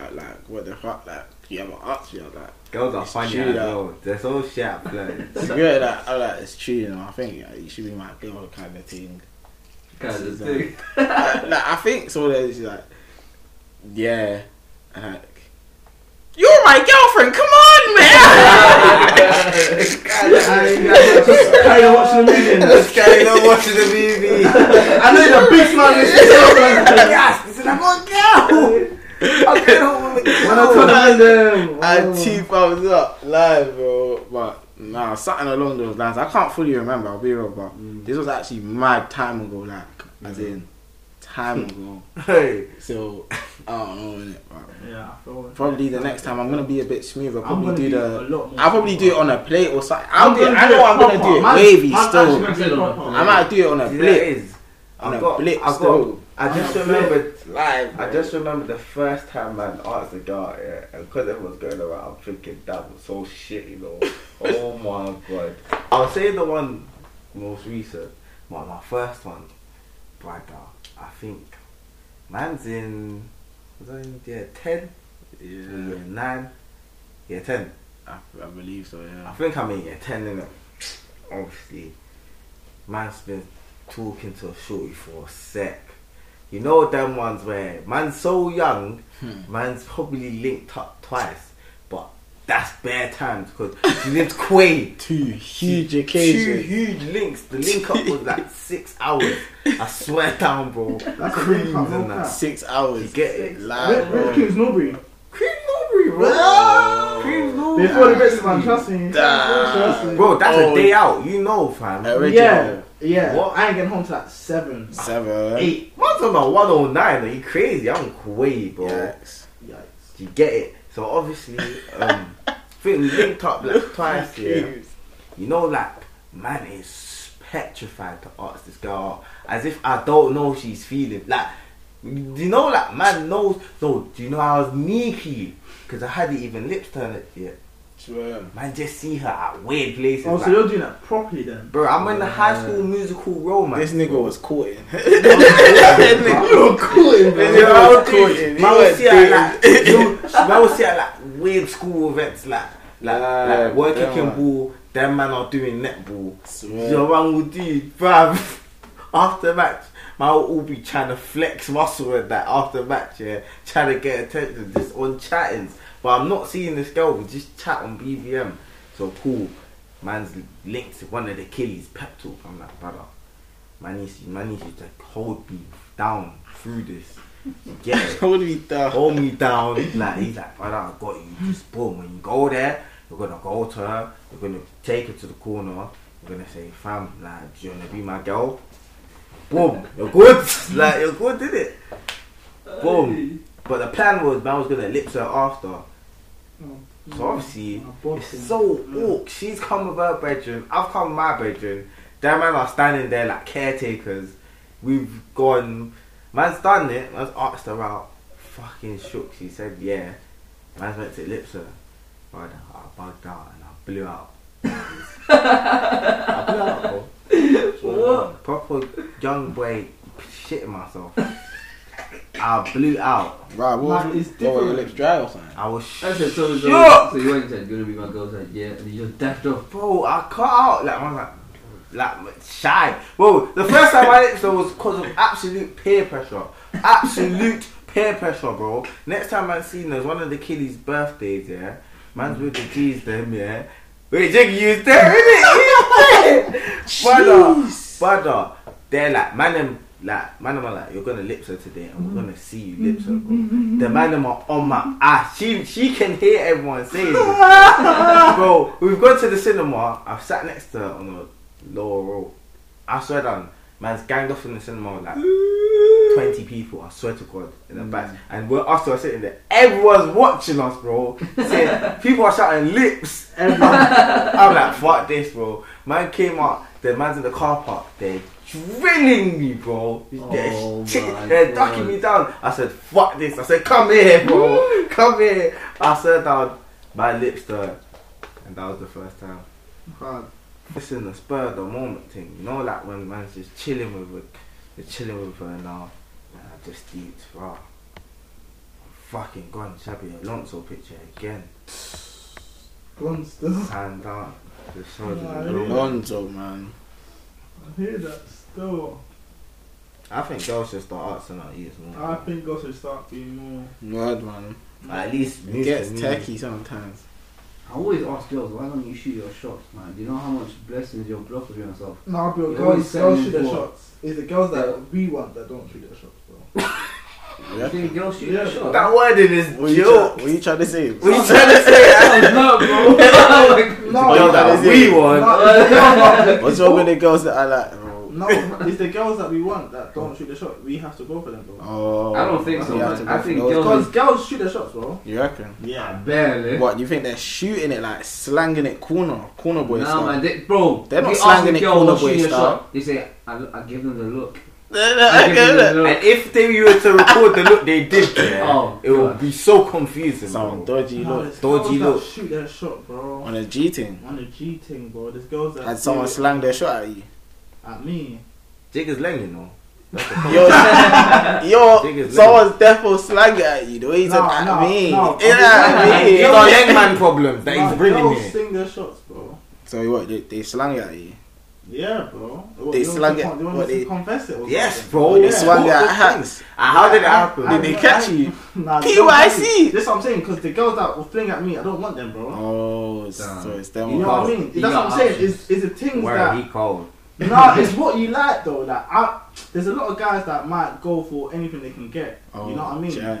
Speaker 6: I'm like, what the fuck, like, you haven't asked me. I'm like,
Speaker 3: Girls are
Speaker 6: It's
Speaker 3: funny
Speaker 6: true,
Speaker 3: as
Speaker 6: that.
Speaker 3: well. They're so shit at [LAUGHS] flirting.
Speaker 6: it's good. Like, I'm like, it's true, you know. I think like, you should be my girl, kind of thing.
Speaker 4: Guys, it's big.
Speaker 6: like, like, I think so. Then she's like, yeah, and like, you're my girlfriend. Come on, man.
Speaker 3: [LAUGHS]
Speaker 4: Carry on watching the movie.
Speaker 3: Just carry on watching the [LAUGHS] movie.
Speaker 4: I know you're a big man.
Speaker 3: yes, it's an one [LAUGHS] girl. I can't want to
Speaker 4: When I told them, them,
Speaker 6: I had
Speaker 4: oh.
Speaker 6: two thumbs up live, bro. But nah, something along those lines. I can't fully remember. I'll be real, but
Speaker 5: Mm.
Speaker 6: this was actually mad time ago, like as in
Speaker 5: [LAUGHS]
Speaker 6: time ago.
Speaker 3: Hey,
Speaker 6: So I don't know innit, but
Speaker 5: Yeah, I feel it.
Speaker 6: probably the next time I'm gonna be a bit smoother.
Speaker 5: I'm
Speaker 6: Probably
Speaker 5: gonna
Speaker 6: do
Speaker 5: be
Speaker 6: the.
Speaker 5: a lot more
Speaker 6: I'll probably do it on a plate or something. I'll
Speaker 5: I'm
Speaker 6: do it.
Speaker 5: gonna
Speaker 6: I
Speaker 5: do
Speaker 6: know
Speaker 5: it
Speaker 6: I'm gonna
Speaker 5: proper.
Speaker 6: do it
Speaker 5: Man-
Speaker 6: wavy
Speaker 5: man
Speaker 6: still.
Speaker 5: actually gonna do it proper.
Speaker 6: I might do it on a
Speaker 3: you know what it
Speaker 6: plate.
Speaker 3: is?
Speaker 6: On a
Speaker 3: I've got,
Speaker 6: blip
Speaker 3: I've got,
Speaker 6: still.
Speaker 3: I just
Speaker 5: On a
Speaker 3: remembered
Speaker 6: Live.
Speaker 3: I just remember the first time man asked the girl, yeah, and because everyone's going around, I'm thinking that was so shit, you know. oh my god. I'll say the one most recent, but my first one, brother, I think. Man's in, was I in year 10? Yeah. 9? Year 10.
Speaker 6: I, I believe so.
Speaker 3: I
Speaker 6: Yeah.
Speaker 3: think I'm in year 10 innit? Obviously, man's been talking to a shorty for a sec. You know them ones where man's so young, man's probably linked up twice, but that's bare times because she lived
Speaker 6: [LAUGHS]
Speaker 3: Quay.
Speaker 6: Two huge
Speaker 3: Two
Speaker 6: occasions.
Speaker 3: huge links. The link up was like six hours. I swear down, bro.
Speaker 5: That's a
Speaker 3: Creams
Speaker 5: link up,
Speaker 3: and
Speaker 5: no
Speaker 3: that.
Speaker 5: cap.
Speaker 6: Six hours.
Speaker 3: You get it?
Speaker 6: Live, bro.
Speaker 5: Norbury.
Speaker 3: Cream Norbury,
Speaker 6: Whoa.
Speaker 3: bro. Cream Norbury.
Speaker 5: Before the best man, trust me.
Speaker 6: Damn.
Speaker 5: Trust me.
Speaker 3: Bro, that's
Speaker 6: Oh.
Speaker 3: a day out. You know, fam.
Speaker 6: Original.
Speaker 5: Yeah, yeah.
Speaker 3: What?
Speaker 5: I ain't getting home till like seven.
Speaker 6: Seven.
Speaker 3: Eight. Man's on a 109. Are you crazy? I'm Kuwait, bro.
Speaker 6: Yikes.
Speaker 5: Yikes.
Speaker 3: You get it? So obviously,
Speaker 5: [LAUGHS]
Speaker 3: um, I think we linked up like twice. Yeah. You know, like man is petrified to ask this girl out, as if I don't know she's feeling. Like, you know, like man knows. So do you know I was sneaky because I hadn't even lips turned it yet.
Speaker 6: Swear.
Speaker 3: Man, just see her at weird places.
Speaker 5: Oh,
Speaker 3: like,
Speaker 5: so you're doing that properly then?
Speaker 3: bro, I'm in the high school musical romance.
Speaker 6: This nigga was caught [LAUGHS] in.
Speaker 3: You're cool, man.
Speaker 6: You're
Speaker 3: You're
Speaker 6: cool.
Speaker 3: cool. Man will see her like, you- man will see her like weird school events, like like,
Speaker 6: Ah,
Speaker 3: like work
Speaker 6: them
Speaker 3: kicking
Speaker 6: one.
Speaker 3: ball. Them man are doing netball.
Speaker 6: Swear. [LAUGHS]
Speaker 3: Your man will do, bruv. [LAUGHS] After match, man will all be trying to flex muscle and that after match, yeah, trying to get attention just on chattings. But I'm not seeing this girl. We just chat on BVM. So cool. Man's linked to one of the killies pep talk. I'm like, brother. Man needs, man needs you to hold me down through this. You Get it?
Speaker 6: Hold me down.
Speaker 3: hold me down. Like he's like, brother, I got you. Just boom. When you go there, you're gonna go to her. You're gonna take her to the corner. You're gonna say, fam, like, do you wanna be my girl? Boom. You're good. [LAUGHS] like you're good, did it? Boom. But the plan was, man was gonna lips her after. So obviously, it's so awkward. She's come with her bedroom. I've come with my bedroom. Them man are standing there like caretakers. We've gone. Man's done it. Man's asked her out. Fucking shook. She said yeah. Man's meant to lips her. Brother, I bugged out and I blew out. I blew out. bro.
Speaker 4: What?
Speaker 3: Proper young boy shitting myself. I blew out.
Speaker 6: Right, what
Speaker 5: Man,
Speaker 6: was
Speaker 5: it's
Speaker 6: what were your
Speaker 5: different.
Speaker 6: lips dry or something?
Speaker 3: I was sh-
Speaker 4: I said, so, so,
Speaker 3: Shut
Speaker 4: so you went and said, gonna be my girl's like, yeah, and you just dashed off.
Speaker 3: bro. I cut out. Like I was like, like shy. Whoa, the first time I did so was because of absolute peer pressure. Absolute peer pressure, bro. Next time I seen there's one of the kiddies' birthdays, yeah. Man's with the G's them, yeah. Wait, Jiggy, you was there, innit? You was there. Brother, brother, they're like, man, them, like, man, them are like, you're gonna lips her today, and we're gonna see you lips her, bro. The man, them are on my ass. She, she can hear everyone saying this, bro. Bro, We've gone to the cinema. I've sat next to her on a lower row. I swear down, man's ganged off in the cinema
Speaker 4: [LAUGHS]
Speaker 3: with like 20 people, I swear to God, in the
Speaker 4: Mm.
Speaker 3: back. And we're us two are sitting there. Everyone's watching us, bro.
Speaker 4: [LAUGHS]
Speaker 3: Saying, people are shouting lips. Everyone. [LAUGHS] I'm like, fuck this, bro. Man came out, the man's in the car park, they're drilling me, bro. They're,
Speaker 4: Oh
Speaker 3: chi-
Speaker 4: my
Speaker 3: they're
Speaker 4: God.
Speaker 3: ducking me down. I said, fuck this. I said, come here,
Speaker 4: [LAUGHS]
Speaker 3: bro. come here. I swear down, my lips turned. And that was the first time.
Speaker 5: Hard.
Speaker 3: It's in the spur of the moment thing, you know, like when man's just chilling with her, you're chilling with her now, and I just deeped, raw. Fucking gone, Shabby Alonso picture again.
Speaker 5: Monsters.
Speaker 3: Hand down, the shoulders
Speaker 5: Yeah,
Speaker 3: and
Speaker 5: really?
Speaker 3: roll.
Speaker 6: Lonzo, man.
Speaker 5: I hear that still.
Speaker 3: I think girls should start asking our ears more.
Speaker 6: Uh,
Speaker 5: I think girls should start being more.
Speaker 6: Word, man.
Speaker 3: at least
Speaker 6: It
Speaker 3: music
Speaker 6: gets
Speaker 3: and music.
Speaker 6: techie sometimes.
Speaker 4: I always ask girls, why don't you shoot your shots, man? Do you know how much blessings you're blocking yourself?
Speaker 5: Nah, bro,
Speaker 4: You
Speaker 5: girls,
Speaker 4: always send
Speaker 5: girls
Speaker 4: me
Speaker 5: shoot their
Speaker 4: four.
Speaker 5: shots. It's the girls that we want that don't shoot their shots, bro.
Speaker 4: You think girls shoot their
Speaker 5: Yeah.
Speaker 4: shots?
Speaker 3: That wording is
Speaker 6: What you, try,
Speaker 3: joke.
Speaker 6: what you trying to say?
Speaker 3: What you trying to say?
Speaker 4: no, [LAUGHS] bro. Oh
Speaker 5: No,
Speaker 3: The girl that
Speaker 5: no,
Speaker 6: that
Speaker 3: we
Speaker 6: is
Speaker 3: want.
Speaker 6: [LAUGHS] What's wrong with the girls that are like? Oh,
Speaker 5: No,
Speaker 6: [LAUGHS]
Speaker 5: it's the girls that we want that don't shoot the shot. We have to go for them, bro.
Speaker 6: oh,
Speaker 4: I don't think
Speaker 6: you
Speaker 4: so,
Speaker 6: have
Speaker 4: man.
Speaker 6: to go
Speaker 4: I
Speaker 6: for
Speaker 4: think
Speaker 6: those.
Speaker 5: Because
Speaker 4: girls-
Speaker 5: girls shoot their shots, bro.
Speaker 6: You reckon?
Speaker 4: my-
Speaker 5: Yeah.
Speaker 4: Barely.
Speaker 6: What you think they're shooting it like slanging it corner corner boy
Speaker 4: Nah,
Speaker 6: style? [LAUGHS]
Speaker 4: man, they, bro.
Speaker 6: They're not
Speaker 4: we ask
Speaker 6: slanging
Speaker 4: the
Speaker 6: it
Speaker 4: girl,
Speaker 6: corner
Speaker 4: "What's
Speaker 6: boy
Speaker 4: your
Speaker 6: style."
Speaker 4: shot?" They say, I, look- I give them the
Speaker 6: [LAUGHS]
Speaker 4: look. I give them the
Speaker 6: Nah,
Speaker 4: look.
Speaker 3: And if they were to record the look they
Speaker 6: [LAUGHS]
Speaker 3: did, yeah,
Speaker 4: Oh,
Speaker 3: it would
Speaker 4: God.
Speaker 3: be so confusing.
Speaker 6: Some
Speaker 3: bro.
Speaker 6: dodgy
Speaker 5: Nah,
Speaker 6: look
Speaker 5: there's
Speaker 3: Dodgy
Speaker 5: girls that
Speaker 3: look.
Speaker 5: Shoot their shot, bro.
Speaker 6: on a G thing.
Speaker 5: On the G thing, bro. There's girls that
Speaker 6: Had someone
Speaker 5: do it
Speaker 6: slang their shot at you.
Speaker 5: at me.
Speaker 3: Jig is lame, you know.
Speaker 6: Yo, yo,
Speaker 3: Niggas
Speaker 6: someone's definitely slanging at you. The way he said
Speaker 5: No,
Speaker 6: at
Speaker 5: no,
Speaker 6: me,
Speaker 5: no.
Speaker 6: [LAUGHS] Yeah, at me.
Speaker 3: It's our young man problem that
Speaker 5: Nah,
Speaker 3: he's bringing
Speaker 5: girls
Speaker 3: here.
Speaker 5: sing their shots, bro.
Speaker 6: So what? They, they slang at you.
Speaker 5: Yeah, bro. What,
Speaker 6: They
Speaker 5: you want
Speaker 6: slung
Speaker 5: to
Speaker 6: it,
Speaker 5: con- You want
Speaker 6: what
Speaker 5: to
Speaker 6: they-
Speaker 5: confess it? Or
Speaker 3: Yes,
Speaker 5: something?
Speaker 3: bro.
Speaker 6: Or they
Speaker 5: Oh, yeah.
Speaker 6: swung
Speaker 3: What
Speaker 6: at
Speaker 3: the
Speaker 6: hats.
Speaker 3: Ah, How did it
Speaker 6: Did
Speaker 3: happen?
Speaker 6: they catch you?
Speaker 5: Nah,
Speaker 6: PYC.
Speaker 5: they don't want me. That's what I'm saying. Because the girls that were playing at me, I don't want them, bro.
Speaker 6: Oh, it's-
Speaker 4: Damn.
Speaker 6: so it's them.
Speaker 5: You know what I
Speaker 6: ones.
Speaker 5: mean?
Speaker 4: You
Speaker 5: That's
Speaker 4: got
Speaker 5: what I'm saying. Is
Speaker 4: options.
Speaker 5: is the things
Speaker 3: Where
Speaker 5: that
Speaker 3: he called.
Speaker 5: [LAUGHS] nah, it's what you like though. Like, I, there's a lot of guys that might go for anything they can get.
Speaker 6: Oh,
Speaker 5: you know what I mean?
Speaker 6: yeah.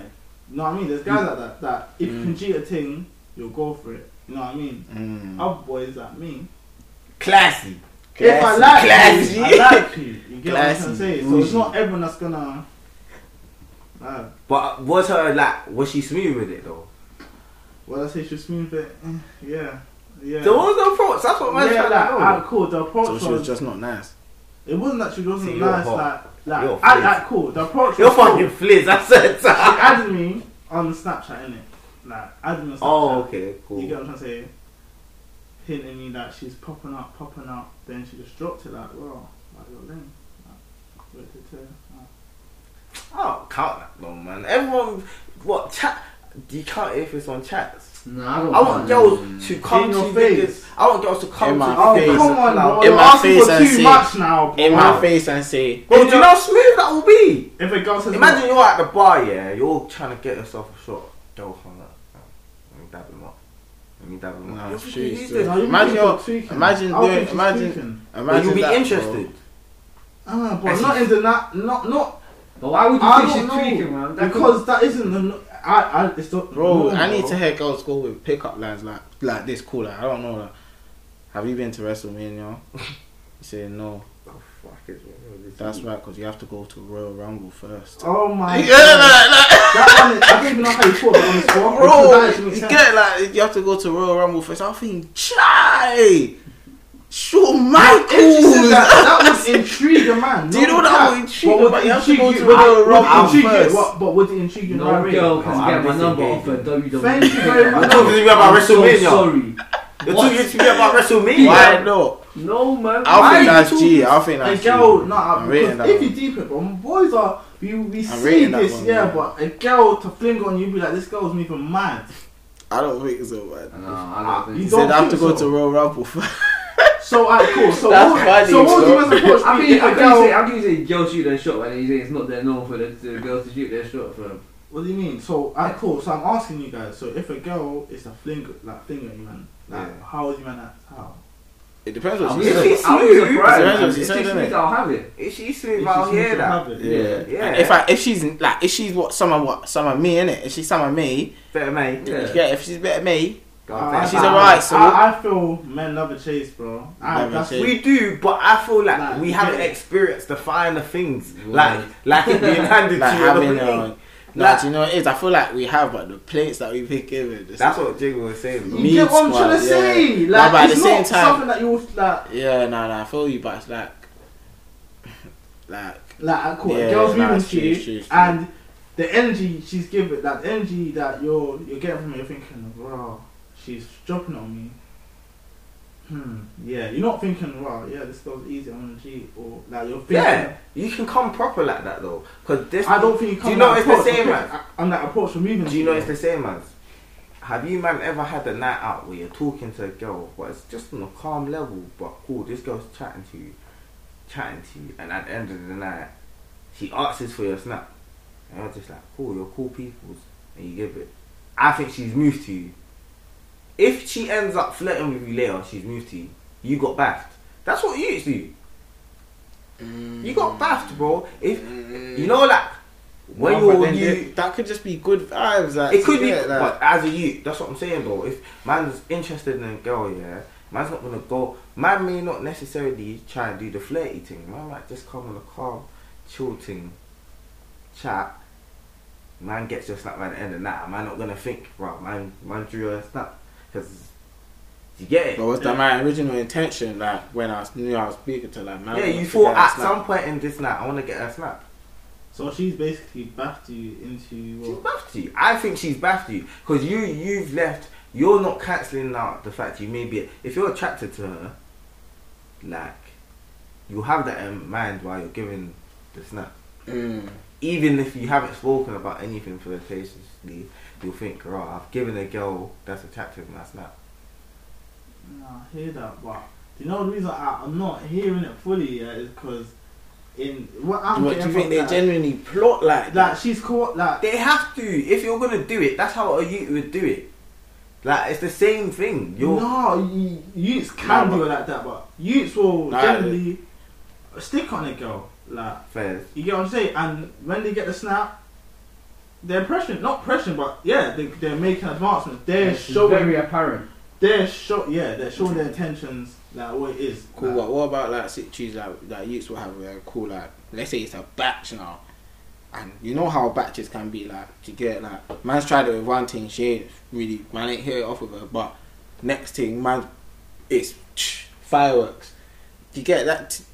Speaker 5: You know what I mean? There's guys like that that if
Speaker 6: Mm.
Speaker 5: you can cheat a thing, you'll go for it. You know what I mean?
Speaker 6: Mm.
Speaker 5: Other boys like me.
Speaker 3: Classy.
Speaker 5: If I like
Speaker 3: Classy.
Speaker 5: you, I like you. You get what I'm trying
Speaker 6: Classy.
Speaker 5: to say? So it's not everyone that's gonna. Uh,
Speaker 3: But was her like? Was she smooth with it though?
Speaker 5: well, I say she's smooth, but eh, yeah, yeah.
Speaker 3: There was no faults. That's what man's
Speaker 5: yeah,
Speaker 3: trying
Speaker 5: like,
Speaker 3: to
Speaker 5: alright, cool. The
Speaker 6: So
Speaker 5: approach
Speaker 6: she was
Speaker 5: was,
Speaker 6: just not nice.
Speaker 5: it wasn't that she wasn't
Speaker 3: See, you're
Speaker 5: nice,
Speaker 3: hot.
Speaker 5: like, like,
Speaker 3: You're
Speaker 5: I,
Speaker 3: flipped.
Speaker 5: like, cool. The
Speaker 3: know.
Speaker 5: approach
Speaker 3: You're
Speaker 5: was cool.
Speaker 3: fucking fliz. I said.
Speaker 5: [LAUGHS] She added me on Snapchat, innit? Like, added me on Snapchat.
Speaker 3: Oh, okay,
Speaker 5: You get
Speaker 3: cool.
Speaker 5: what I'm trying to say? Hinting me that she's popping up, popping up. Then she just dropped it like, well, like your lane. Like, what did it, uh,
Speaker 3: I don't count that though, man. Everyone, what chat? Do you count if it's on chats?
Speaker 4: Nah, I don't
Speaker 3: I want girls to
Speaker 5: Mm. In
Speaker 3: come to
Speaker 5: your
Speaker 3: niggas.
Speaker 5: face.
Speaker 3: I want girls to come
Speaker 6: In
Speaker 3: to
Speaker 6: my
Speaker 5: Oh,
Speaker 6: face.
Speaker 5: come on, bro.
Speaker 3: now.
Speaker 6: In
Speaker 5: You're
Speaker 6: my
Speaker 5: asking
Speaker 6: face
Speaker 5: for
Speaker 6: and
Speaker 5: too
Speaker 6: say-
Speaker 5: much now, bro.
Speaker 6: In my face and say,
Speaker 3: Bro, do you know how smooth that will be?
Speaker 5: If a girl says,
Speaker 3: Imagine you're at the bar, yeah, you're trying to get yourself a shot. Girl from that. Oh, Let me dab him up. Let me dab him up.
Speaker 6: Nah,
Speaker 3: You're fucking
Speaker 6: she's
Speaker 3: useless.
Speaker 6: still- Imagine
Speaker 5: you're
Speaker 6: your- imagine
Speaker 5: I would
Speaker 6: doing-
Speaker 5: think she's
Speaker 6: imagine-
Speaker 5: tweaking.
Speaker 3: But
Speaker 6: imagine
Speaker 3: you'll be
Speaker 6: that, bro.
Speaker 3: interested.
Speaker 5: Ah,
Speaker 3: I
Speaker 5: but
Speaker 3: see.
Speaker 5: not in the na- not not
Speaker 4: But why would you
Speaker 5: I
Speaker 4: think
Speaker 5: don't
Speaker 4: she's
Speaker 5: know,
Speaker 4: tweaking, man? That
Speaker 5: because that isn't the no- I I it's not
Speaker 6: Bro,
Speaker 5: no,
Speaker 6: I need to hear girls go with pickup lines like like this cool. Like, I don't know. Like, have you been to WrestleMania? you say no.
Speaker 3: Oh, fuck is wrong with this
Speaker 6: That's
Speaker 3: dude?
Speaker 6: right, because you have to go to Royal Rumble first.
Speaker 5: Oh
Speaker 6: [LAUGHS]
Speaker 5: my
Speaker 6: Yeah,
Speaker 5: god,
Speaker 6: like, like,
Speaker 5: that one is, I don't even know how you put that on the spot. because that actually
Speaker 6: bro,
Speaker 5: makes
Speaker 6: you
Speaker 5: sense.
Speaker 6: get like you have to go to Royal Rumble first. I'm thinking, chai, Shawn Michaels.
Speaker 5: that,
Speaker 6: [LAUGHS]
Speaker 5: that would intrigue a man.
Speaker 6: Do you
Speaker 5: no
Speaker 6: know that
Speaker 5: cap.
Speaker 6: would intrigue
Speaker 5: But
Speaker 6: you,
Speaker 5: would
Speaker 6: but
Speaker 5: it
Speaker 6: you have to
Speaker 5: intrigue
Speaker 6: go
Speaker 5: you?
Speaker 6: to Royal
Speaker 5: Would it
Speaker 6: Rumble
Speaker 5: intrigue you?
Speaker 6: first.
Speaker 5: What- But would it intrigue you?
Speaker 4: No
Speaker 5: Nari?
Speaker 4: girl can
Speaker 3: No,
Speaker 4: get
Speaker 3: I'm
Speaker 4: my number
Speaker 3: disengaged.
Speaker 4: off a WWE.
Speaker 5: Thank you very
Speaker 3: You're
Speaker 5: much.
Speaker 3: talking to me about
Speaker 4: I'm so
Speaker 3: WrestleMania.
Speaker 4: sorry.
Speaker 3: You're
Speaker 4: What?
Speaker 3: talking to me about WrestleMania.
Speaker 6: Why not?
Speaker 4: No, man.
Speaker 6: I
Speaker 5: are
Speaker 6: think
Speaker 5: you
Speaker 6: that's
Speaker 5: talking
Speaker 6: G. I think
Speaker 5: A
Speaker 6: that's G.
Speaker 5: girl, nah,
Speaker 6: I'm
Speaker 5: because
Speaker 6: rating that
Speaker 5: if
Speaker 6: one.
Speaker 5: you deep it, bro, boys are we we see
Speaker 6: rating that
Speaker 5: this,
Speaker 6: one,
Speaker 5: yeah,
Speaker 6: yeah.
Speaker 5: but a girl to fling on you be like, this girl's me for mad.
Speaker 6: I don't think so, man.
Speaker 4: No, I don't
Speaker 5: Ah, You
Speaker 4: think
Speaker 6: You said I have to
Speaker 5: think
Speaker 6: go
Speaker 5: so?
Speaker 6: to Royal Rumble first.
Speaker 5: So alright, cool.
Speaker 6: [LAUGHS]
Speaker 5: So
Speaker 6: That's
Speaker 5: what,
Speaker 6: funny,
Speaker 5: so what
Speaker 6: bro.
Speaker 5: was you supposed
Speaker 4: I
Speaker 5: to
Speaker 6: [LAUGHS]
Speaker 5: be
Speaker 4: can you
Speaker 5: if a
Speaker 4: say
Speaker 5: girl?
Speaker 4: I can say girls shoot their shot, and you say it's not their norm for the, the girls to shoot their shot for them.
Speaker 5: What do you mean? So alright, cool. So I'm asking you guys. So if a girl is a fling, like flinger, you man, like
Speaker 3: Yeah.
Speaker 5: how is you man at how?
Speaker 6: It depends
Speaker 4: I'll
Speaker 6: what
Speaker 4: be
Speaker 6: she says.
Speaker 3: it's- smooth.
Speaker 4: surprised.
Speaker 6: Depends
Speaker 4: If
Speaker 6: what she
Speaker 4: she
Speaker 6: said,
Speaker 4: smooth,
Speaker 6: innit?
Speaker 4: I'll have it.
Speaker 3: If she's smooth,
Speaker 5: If
Speaker 3: I'll
Speaker 5: she
Speaker 3: hear
Speaker 5: should
Speaker 3: that.
Speaker 5: have it,
Speaker 6: Yeah.
Speaker 3: Yeah.
Speaker 6: And If I if she's like if she's what some of what some of me in it if she's some of me
Speaker 3: Better mate.
Speaker 6: yeah,
Speaker 4: Yeah.
Speaker 6: if she's better than me
Speaker 3: God,
Speaker 5: I-
Speaker 3: better
Speaker 6: she's
Speaker 5: I-
Speaker 3: mate.
Speaker 6: alright, so-
Speaker 5: I, I feel men love a chase, bro.
Speaker 6: Love
Speaker 5: I,
Speaker 6: a
Speaker 5: that's
Speaker 6: chase.
Speaker 5: We,
Speaker 3: We do, but I feel like
Speaker 5: Nah,
Speaker 3: we
Speaker 5: you
Speaker 3: haven't
Speaker 5: get it.
Speaker 3: experienced the finer things,
Speaker 4: Yeah.
Speaker 3: like like
Speaker 6: [LAUGHS]
Speaker 3: it being handed
Speaker 6: like
Speaker 3: to you. on
Speaker 6: having
Speaker 3: the plate.
Speaker 6: uh,
Speaker 3: Like-
Speaker 6: like you know it is I feel like we have but the plates that we've been given it's-
Speaker 3: That's what Jigga was saying.
Speaker 5: you
Speaker 6: Me
Speaker 5: get what I'm
Speaker 6: squad,
Speaker 5: trying to
Speaker 6: yeah.
Speaker 5: say.
Speaker 6: Nah,
Speaker 5: Like
Speaker 6: but at
Speaker 5: it's
Speaker 6: the same
Speaker 5: not
Speaker 6: time-
Speaker 5: something that you like.
Speaker 6: yeah no no I feel you but it's like [LAUGHS] like
Speaker 5: Like I call
Speaker 6: Yeah,
Speaker 5: a girl's
Speaker 6: nah,
Speaker 5: moving
Speaker 6: it's
Speaker 5: to
Speaker 6: true,
Speaker 5: you,
Speaker 6: it's true, it's true.
Speaker 5: and the energy she's giving, that energy that you're you're getting from her, you're thinking, wow, she's dropping on me. Hmm. Yeah, you're not thinking, wow, yeah, this girl's easy. I'm gonna cheat, or like you're thinking.
Speaker 3: Yeah, you can come proper like that though, because this.
Speaker 5: I don't think you.
Speaker 3: Do you
Speaker 5: come
Speaker 3: know
Speaker 5: that
Speaker 3: it's the
Speaker 5: approach,
Speaker 3: same
Speaker 5: okay,
Speaker 3: as?
Speaker 5: I- I'm that approach for moving.
Speaker 3: Do
Speaker 5: to
Speaker 3: you know it's the same as? Have you man ever had a night out where you're talking to a girl, but it's just on a calm level, but cool, this girl's chatting to you, chatting to you, and at the end of the night, she asks for your snap, and you're just like, cool, you're cool peoples, and you give it. I think she's moved to you. If she ends up flirting with you later, she's moved to you. You got baffed. That's what you used to do. You got baffed, bro. If
Speaker 6: mm,
Speaker 3: you know, like when
Speaker 6: No, but
Speaker 3: you're
Speaker 6: then
Speaker 3: you,
Speaker 6: it- that could just be good vibes like,
Speaker 3: it could be,
Speaker 6: yeah, like,
Speaker 3: but as a youth, that's what I'm saying, bro. If man's interested in a girl, yeah, man's not gonna go. Man may not necessarily try and do the flirty thing. Man might just come on a calm, chill thing, chat. Man gets your snap by the end of the night. Man not gonna think, bro. Man, man drew a snap because you get it.
Speaker 6: But was that my original intention? Like when I knew I was speaking to like man.
Speaker 3: yeah,
Speaker 6: I
Speaker 3: you
Speaker 6: was
Speaker 3: thought
Speaker 6: thinking,
Speaker 3: at
Speaker 6: like,
Speaker 3: some point in this night, I wanna get a snap.
Speaker 5: So she's basically backed you into
Speaker 3: She's
Speaker 5: what?
Speaker 3: baffed you. I think she's baffed you because you you've left. You're not cancelling out the fact you may be. If you're attracted to her, like you have that in mind while you're giving the snap.
Speaker 6: Mm.
Speaker 3: Even if you haven't spoken about anything flirtatiously, you'll think, "Right, I've given a girl that's attractive my snap."
Speaker 5: Nah, I hear that, but do you know the reason I, I'm not hearing it fully yeah, is because in what I'm
Speaker 6: What do
Speaker 5: getting
Speaker 6: you think
Speaker 5: from
Speaker 6: they
Speaker 5: that-
Speaker 6: genuinely plot like
Speaker 5: Like
Speaker 6: that?
Speaker 5: she's caught. Like
Speaker 3: They have to. If you're gonna do it, that's how a youth would do it. Like it's the same thing. You're
Speaker 5: no, you, youths can
Speaker 6: Nah,
Speaker 5: do it like that, but youths will
Speaker 6: Nah,
Speaker 5: generally stick on a girl. Like
Speaker 3: fair.
Speaker 5: you get what I'm saying. And when they get the snap, they're pressing, not pressing, but yeah, they, they're making advancements. They're
Speaker 4: It's
Speaker 5: showing,
Speaker 4: very apparent.
Speaker 5: they're show, yeah, they're showing their intentions. Like what it is.
Speaker 6: Cool.
Speaker 5: Like,
Speaker 6: What, what about like situations like that youths will have where cool like let's say it's a batch now, and you know how batches can be like to get like man's tried it with one thing she ain't really man ain't hit it off with her but next thing man it's fireworks. You get that? T-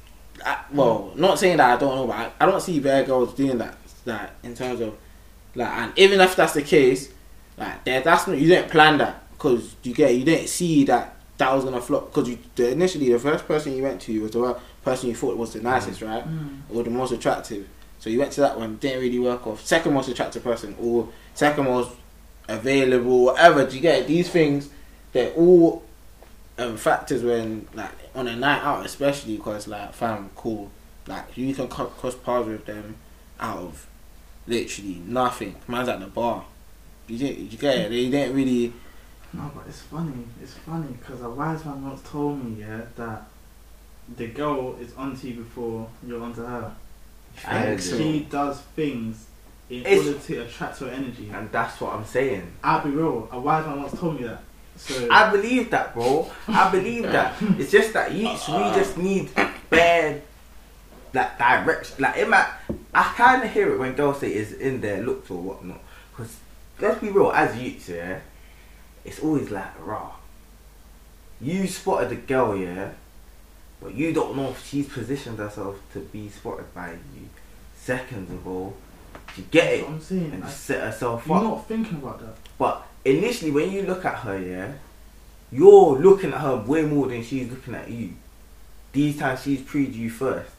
Speaker 6: I, well, not saying that I don't know, but I, I don't see bare girls doing that. That in terms of like, and even if that's the case, like that, that's not you didn't plan that because you get you didn't see that that was gonna flop because you the, initially the first person you went to was the one person you thought was the nicest, right,
Speaker 5: Mm.
Speaker 6: or the most attractive. So you went to that one, didn't really work off. Second most attractive person, or second most available, whatever. Do you get it? these things? They're all um, factors when like on a night out, especially because like fam, cool, like you can co- cross paths with them out of literally nothing. Man's at the bar. You didn't, you get it? They didn't really.
Speaker 5: No, but it's funny. It's funny because a wise man once told me, yeah, that the girl is onto you before you're onto her.
Speaker 3: I
Speaker 6: think
Speaker 5: And
Speaker 6: so.
Speaker 5: she does things in
Speaker 3: It's-
Speaker 5: order to attract her energy.
Speaker 3: And that's what I'm saying.
Speaker 5: I'll be real. A wise man once told me that. So
Speaker 3: I believe that, bro. I believe that. It's just that youths, we just need bad, like direction. Like in my, I kind of hear it when girls say it's in their looks or whatnot. Cause let's be real, as youths, yeah, it's always like raw. You spotted a girl, yeah, but you don't know if she's positioned herself to be spotted by you. Seconds ago, you get
Speaker 5: that's
Speaker 3: it
Speaker 5: what I'm saying.
Speaker 3: and
Speaker 5: I,
Speaker 3: just set herself
Speaker 5: you're
Speaker 3: up.
Speaker 5: not thinking about that.
Speaker 3: But initially, when you look at her, yeah, you're looking at her way more than she's looking at you. These times she's pre you first.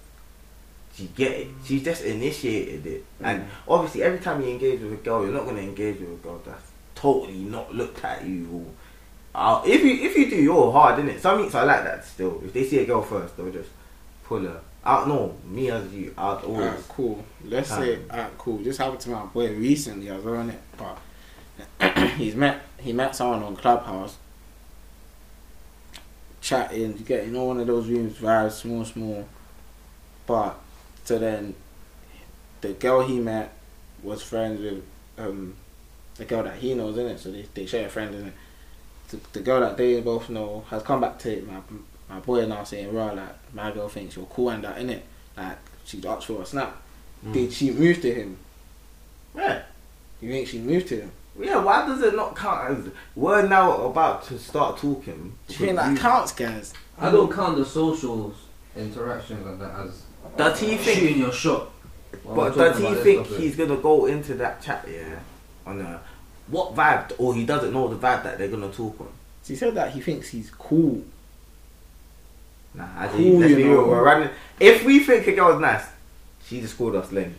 Speaker 3: She get it. She just initiated it. And obviously, every time you engage with a girl, you're not gonna engage with a girl that's totally not looked at you or I'll, if you if you do, you're hard, innit? Some meets I like that still. If they see a girl first, they'll just pull her. I no, me as you, I'd always.
Speaker 6: Alright, cool. Let's say,
Speaker 3: Um,
Speaker 6: alright, cool. This happened to my boy recently. I was on it, but [CLEARS THROAT] he's met he met someone on Clubhouse, chatting, getting all one of those rooms vibes, small, small. But so then, the girl he met was friends with um the girl that he knows, innit? So they they share a friend, innit? The, the girl that they both know has come back to my my boy now saying, "Raw, like my girl thinks you're cool and that, innit? Like she'd asked for a snap." Did she move to him?
Speaker 3: Yeah.
Speaker 6: You think she moved to him?
Speaker 3: Yeah, why does it not count as we're now about to start talking?
Speaker 6: Do you think that counts, guys?
Speaker 4: I don't count the social interactions and that as
Speaker 3: Does he think
Speaker 4: shooting your shot.
Speaker 3: But
Speaker 4: While we're talking
Speaker 3: does he
Speaker 4: about this
Speaker 3: think
Speaker 4: topic.
Speaker 3: he's gonna go into that chat yeah on a what vibe or he doesn't know the vibe that they're gonna talk on?
Speaker 6: She said that he thinks he's cool.
Speaker 3: Nah, I
Speaker 6: Cool,
Speaker 3: think let's
Speaker 6: you
Speaker 3: be
Speaker 6: know.
Speaker 3: real, we're running. If we think a girl's nice, she just called us lame.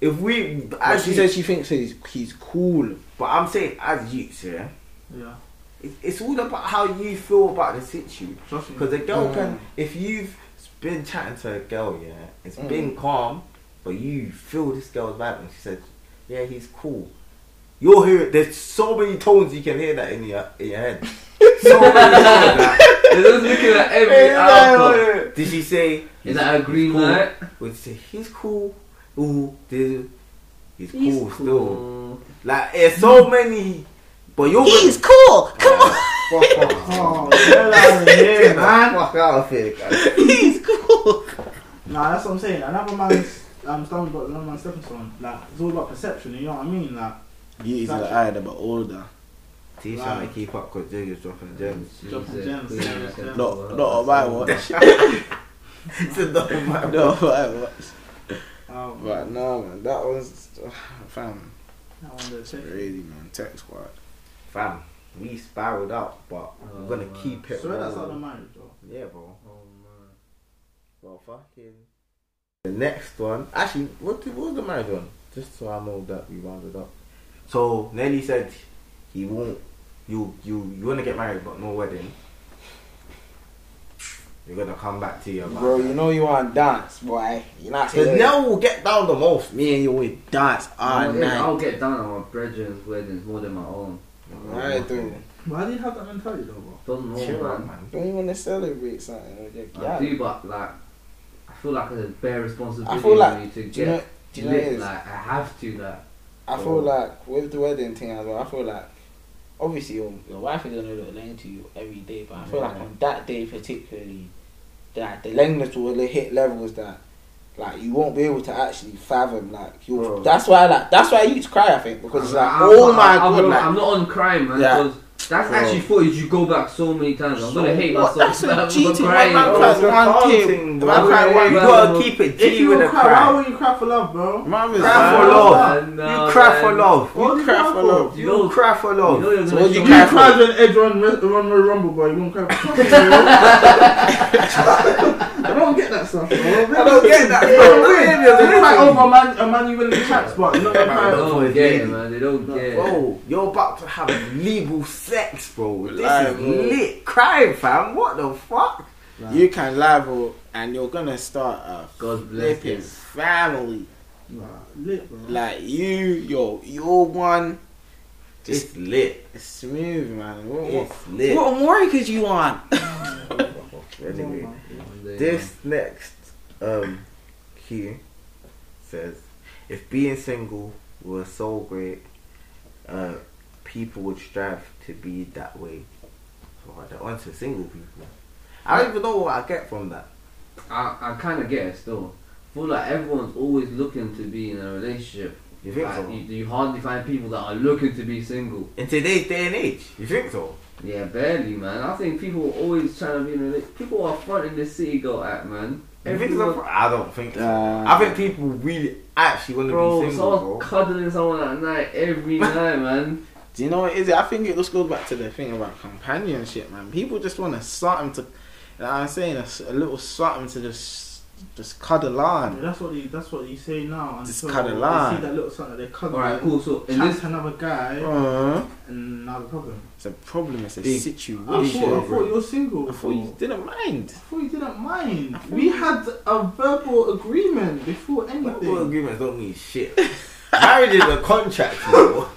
Speaker 3: If we,
Speaker 6: And
Speaker 3: as
Speaker 6: she
Speaker 3: you,
Speaker 6: said she thinks he's he's cool.
Speaker 3: but I'm saying as youths, yeah,
Speaker 5: Yeah.
Speaker 3: it, it's all about how you feel about the situation.
Speaker 5: Trust me.
Speaker 3: Because a girl
Speaker 6: Mm.
Speaker 3: can, if you've been chatting to a girl, yeah, it's
Speaker 4: Mm.
Speaker 3: been calm, but you feel this girl's vibe, and she said, "Yeah, he's cool." You'll hear. There's so many tones you can hear that in your in your
Speaker 4: [LAUGHS]
Speaker 3: head. so many tones. like,
Speaker 4: They're just looking at [LAUGHS] every
Speaker 3: "Hey,
Speaker 4: outcome.
Speaker 3: man, Did she say?
Speaker 4: Is that a green
Speaker 3: cool.
Speaker 4: light?
Speaker 3: Would she say he's cool? Ooh, did he's, cool, still.
Speaker 4: Cool.
Speaker 3: Like it's so many. But you're he's cool. Come on. Fuck off.
Speaker 5: Oh, get out
Speaker 3: [LAUGHS]
Speaker 5: of here, man.
Speaker 3: Fuck out of here, guys.
Speaker 5: Nah, that's what I'm saying. Another man's um, stomach got another man's stepping stone. Like it's all about perception. You know what I mean? Like
Speaker 6: Beauty's in the eye, but older.
Speaker 3: T trying to keep up because Jiggy's dropping gems.
Speaker 5: Dropping gems, serious gems.
Speaker 6: Not not on my watch. [LAUGHS]
Speaker 3: it's another man.
Speaker 6: not on my watch.
Speaker 5: um,
Speaker 6: But no, man, that was [SIGHS] fam
Speaker 5: I wonder if it-
Speaker 6: crazy, man. Tech squad.
Speaker 3: Fam, we spiraled out, but we're gonna
Speaker 4: Oh,
Speaker 3: keep it.
Speaker 5: Swear that's
Speaker 3: rolling.
Speaker 5: not the marriage, though.
Speaker 3: Yeah, bro.
Speaker 4: Oh, man.
Speaker 3: Well, fucking. The next one, actually, what, did, what was the marriage one? Just so I know that we rounded up. So Nelly said he won't. You you you wanna get married, but no wedding. You're gonna come back to your
Speaker 6: Bro, you know you want to dance, boy. You're not
Speaker 3: Because
Speaker 6: saying
Speaker 3: now we'll get down the most.
Speaker 6: Me and you will dance all
Speaker 4: I'll,
Speaker 6: night.
Speaker 4: I'll get down on my brethren's weddings more than my own.
Speaker 6: Right, dude.
Speaker 5: Why do you have that mentality, though, bro?
Speaker 4: Don't know,
Speaker 3: Chill out,
Speaker 4: man.
Speaker 3: man.
Speaker 6: Don't even want to celebrate something. with your
Speaker 4: I
Speaker 6: gal.
Speaker 4: do, but like, I feel like it's a bare responsibility
Speaker 6: I feel like-
Speaker 4: for me to get
Speaker 6: Do you know? Do you know?
Speaker 4: lit.
Speaker 6: what it is?
Speaker 4: like, I have to. Like,
Speaker 6: I feel like with the wedding thing as well, I feel like obviously um, your, your wife is gonna look lame to you every day, but I feel like
Speaker 4: Yeah.
Speaker 6: on that day particularly, that the lameness will hit levels that like you won't be able to actually fathom. Like you,
Speaker 4: Bro.
Speaker 6: will that's why like that's why you cry. I think because it's
Speaker 4: I'm-
Speaker 6: like
Speaker 4: I'm-
Speaker 6: oh
Speaker 4: I'm-
Speaker 6: my
Speaker 4: I'm
Speaker 6: god,
Speaker 4: not-
Speaker 6: like
Speaker 4: I'm not on crime, man.
Speaker 6: Yeah.
Speaker 4: 'cause That's actually footage you go back so many times. I'm gonna hate
Speaker 6: what?
Speaker 4: myself.
Speaker 6: That's a
Speaker 4: man. I'm
Speaker 6: cheating. One
Speaker 4: crying,
Speaker 6: man
Speaker 4: bro.
Speaker 6: cries
Speaker 3: Bro,
Speaker 6: one
Speaker 3: calm
Speaker 6: tear.
Speaker 3: thing,
Speaker 6: One
Speaker 3: man.
Speaker 6: cry
Speaker 3: You
Speaker 6: one
Speaker 3: gotta
Speaker 4: tear.
Speaker 3: keep it
Speaker 5: If
Speaker 3: G
Speaker 5: you
Speaker 3: with a
Speaker 5: would cry,
Speaker 3: cry.
Speaker 5: why would you cry for love,
Speaker 3: Mm.
Speaker 5: bro?
Speaker 6: mum is
Speaker 3: Cry
Speaker 6: like-
Speaker 3: for love.
Speaker 4: Nah,
Speaker 3: you cry for
Speaker 4: man.
Speaker 3: love.
Speaker 5: What do
Speaker 3: You
Speaker 5: you
Speaker 3: cry
Speaker 5: cry
Speaker 3: for
Speaker 5: for?
Speaker 3: love.
Speaker 4: You
Speaker 3: You
Speaker 4: know-
Speaker 3: cry for
Speaker 4: You know
Speaker 3: love.
Speaker 4: you're gonna
Speaker 6: So what do you
Speaker 5: You
Speaker 4: show
Speaker 6: cry
Speaker 4: me-
Speaker 6: for?
Speaker 5: cried when Edge won Re- won the Rumble, boy. You won't cry for love,
Speaker 3: [LAUGHS]
Speaker 5: bro. I don't get that stuff, bro.
Speaker 3: I don't get that.
Speaker 5: You know what I mean?
Speaker 3: There's
Speaker 5: They cry
Speaker 3: nothing.
Speaker 5: over a oh, man, a man you win the chance, but not a
Speaker 4: They
Speaker 5: man.
Speaker 4: don't get it, man. They don't get it.
Speaker 3: Bro, you're about to have legal sex, bro. This
Speaker 6: Live,
Speaker 3: is
Speaker 6: bro.
Speaker 3: lit. Crime, fam. What the fuck?
Speaker 6: You can libel and you're gonna start a
Speaker 4: God bless
Speaker 6: flipping
Speaker 4: him.
Speaker 6: family.
Speaker 5: Nah, lit, bro.
Speaker 6: Like you, your your one, just
Speaker 3: It's lit.
Speaker 6: smooth man. What, what,
Speaker 3: It's lit.
Speaker 6: what more could you want?
Speaker 3: Anyway, this next um, Q says, if being single was so great, uh, people would strive to be that way. So I don't want to single people. I don't even know what I get from that.
Speaker 4: I, I kind of get it still. I feel like everyone's always looking to be in a relationship.
Speaker 3: You think
Speaker 4: Like,
Speaker 3: so?
Speaker 4: you, you hardly find people that are looking to be single.
Speaker 3: In today's day and age, you think so?
Speaker 4: Yeah, barely, man. I think people are always trying to be in a relationship. People are fronting the city go at, man.
Speaker 3: You think so?
Speaker 4: Everyone,
Speaker 3: I don't think so.
Speaker 6: Uh,
Speaker 3: I think people really actually want to
Speaker 4: bro,
Speaker 3: be single,
Speaker 4: someone's
Speaker 3: bro.
Speaker 4: cuddling someone at night [LAUGHS] every night, man.
Speaker 6: Do you know what is it? I think it just goes back to the thing about companionship, man. People just want a something to, like I'm saying, a, s- a little something to just Just cuddle on.
Speaker 5: Yeah, that's what he. That's what he say now. And
Speaker 6: Just
Speaker 5: so
Speaker 6: cut a
Speaker 5: they
Speaker 6: line.
Speaker 5: See that little something they cut.
Speaker 4: Alright, cool. So in
Speaker 5: And
Speaker 4: this,
Speaker 5: this another guy,
Speaker 6: Uh,
Speaker 5: and another problem.
Speaker 6: it's a problem. It's a
Speaker 3: Big.
Speaker 5: I
Speaker 6: situation.
Speaker 5: thought, I
Speaker 3: should have
Speaker 5: thought
Speaker 3: read.
Speaker 5: you were single.
Speaker 6: I thought you didn't mind.
Speaker 5: I thought you didn't mind. We had a verbal agreement before
Speaker 3: Verbal
Speaker 5: anything.
Speaker 3: agreements don't mean shit. Marriage is a contract, [LAUGHS] bro.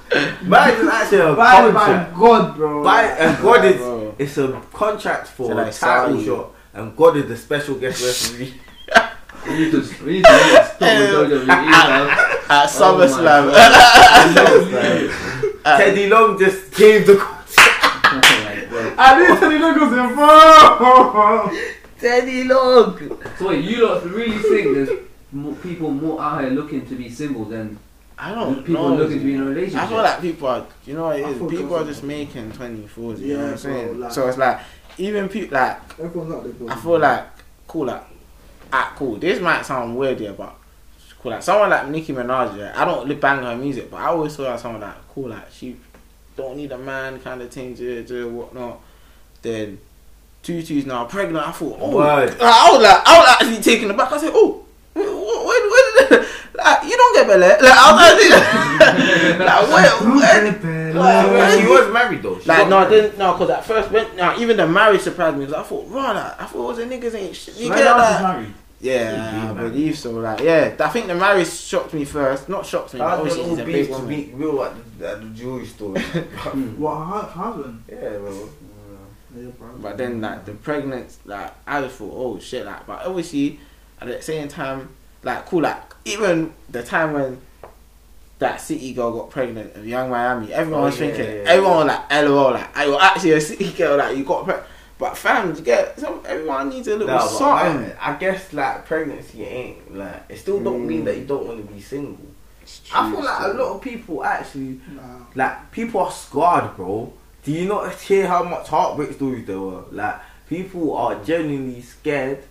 Speaker 3: Marriage is actually a
Speaker 5: By, by
Speaker 3: contract.
Speaker 5: God, bro.
Speaker 3: By, and God is
Speaker 6: Bro.
Speaker 3: it's a contract for
Speaker 6: Till I
Speaker 3: a title
Speaker 6: saw you.
Speaker 3: shot, and God is the special guest
Speaker 6: [LAUGHS]
Speaker 3: referee. [LAUGHS]
Speaker 4: we need to, we need to stop [LAUGHS] with E, WWE now.
Speaker 6: At SummerSlam. [LAUGHS]
Speaker 3: Teddy Long just gave the contract.
Speaker 5: I didn't tell you that because you're wrong.
Speaker 3: Teddy Long.
Speaker 4: So wait, you lot really think there's more people more out here looking to be single than
Speaker 6: I don't
Speaker 4: people
Speaker 6: know.
Speaker 4: looking to be in a
Speaker 6: I
Speaker 4: relationship?
Speaker 6: feel like people are, you know what it
Speaker 5: I
Speaker 6: is,
Speaker 5: thought
Speaker 6: people are
Speaker 5: girls
Speaker 6: just
Speaker 5: are-
Speaker 6: making 24s, you know
Speaker 5: Yeah,
Speaker 6: what I'm
Speaker 5: bro,
Speaker 6: saying?
Speaker 5: like-
Speaker 6: so it's like, even people, like,
Speaker 5: Everyone's out there. bro.
Speaker 6: I feel like, cool, like, ah, cool, this might sound weird, yeah, but cool, like, someone like Nicki Minaj, yeah, I don't lip bang her music, but I always feel like someone like, cool, like, she don't need a man kind of thing, yeah, yeah, whatnot. Then, Tutu's now pregnant, I thought, oh,
Speaker 3: Word.
Speaker 6: like, I was like, I was actually taken aback, I said, oh, wh- wh- when, when, [LAUGHS] like, you don't get belly. Like, I was actually, like, [LAUGHS] where, where, like, where-
Speaker 3: she was married though. She
Speaker 6: like
Speaker 3: was
Speaker 6: no, I
Speaker 3: married.
Speaker 6: didn't no, cause at first when no, even the marriage surprised me. Cause I thought, raw, like, I thought all the niggas ain't shit. You
Speaker 5: Right
Speaker 6: get
Speaker 5: now she's
Speaker 6: that?
Speaker 5: married.
Speaker 6: Yeah, I believe so. Like, yeah, I think the marriage shocked me first. Not shocked me, but
Speaker 3: How did
Speaker 6: obviously
Speaker 3: all
Speaker 6: she's a big
Speaker 3: beef to
Speaker 6: woman.
Speaker 3: be real at the, at the jewelry store?
Speaker 6: [LAUGHS]
Speaker 3: yeah,
Speaker 5: What ha- happened?
Speaker 3: bro.
Speaker 5: Yeah, bro.
Speaker 6: But then like the pregnant, like I just thought, oh shit, like. But obviously, at the same time, like cool, like even the time when that city girl got pregnant of Young Miami, everyone
Speaker 3: Oh,
Speaker 6: was
Speaker 3: yeah,
Speaker 6: thinking,
Speaker 3: yeah, yeah.
Speaker 6: everyone was like, lol, like I was actually a city [LAUGHS] girl, like you got pregnant. But fam, you get some, everyone needs a little
Speaker 3: Nah, but
Speaker 6: something.
Speaker 3: man, I guess like pregnancy ain't like it still don't mean that you don't want to be single. I feel like a lot of people actually
Speaker 5: Nah.
Speaker 3: like people are scarred, bro. Do you not hear how much heartbreak stories there were? Like people are genuinely scared.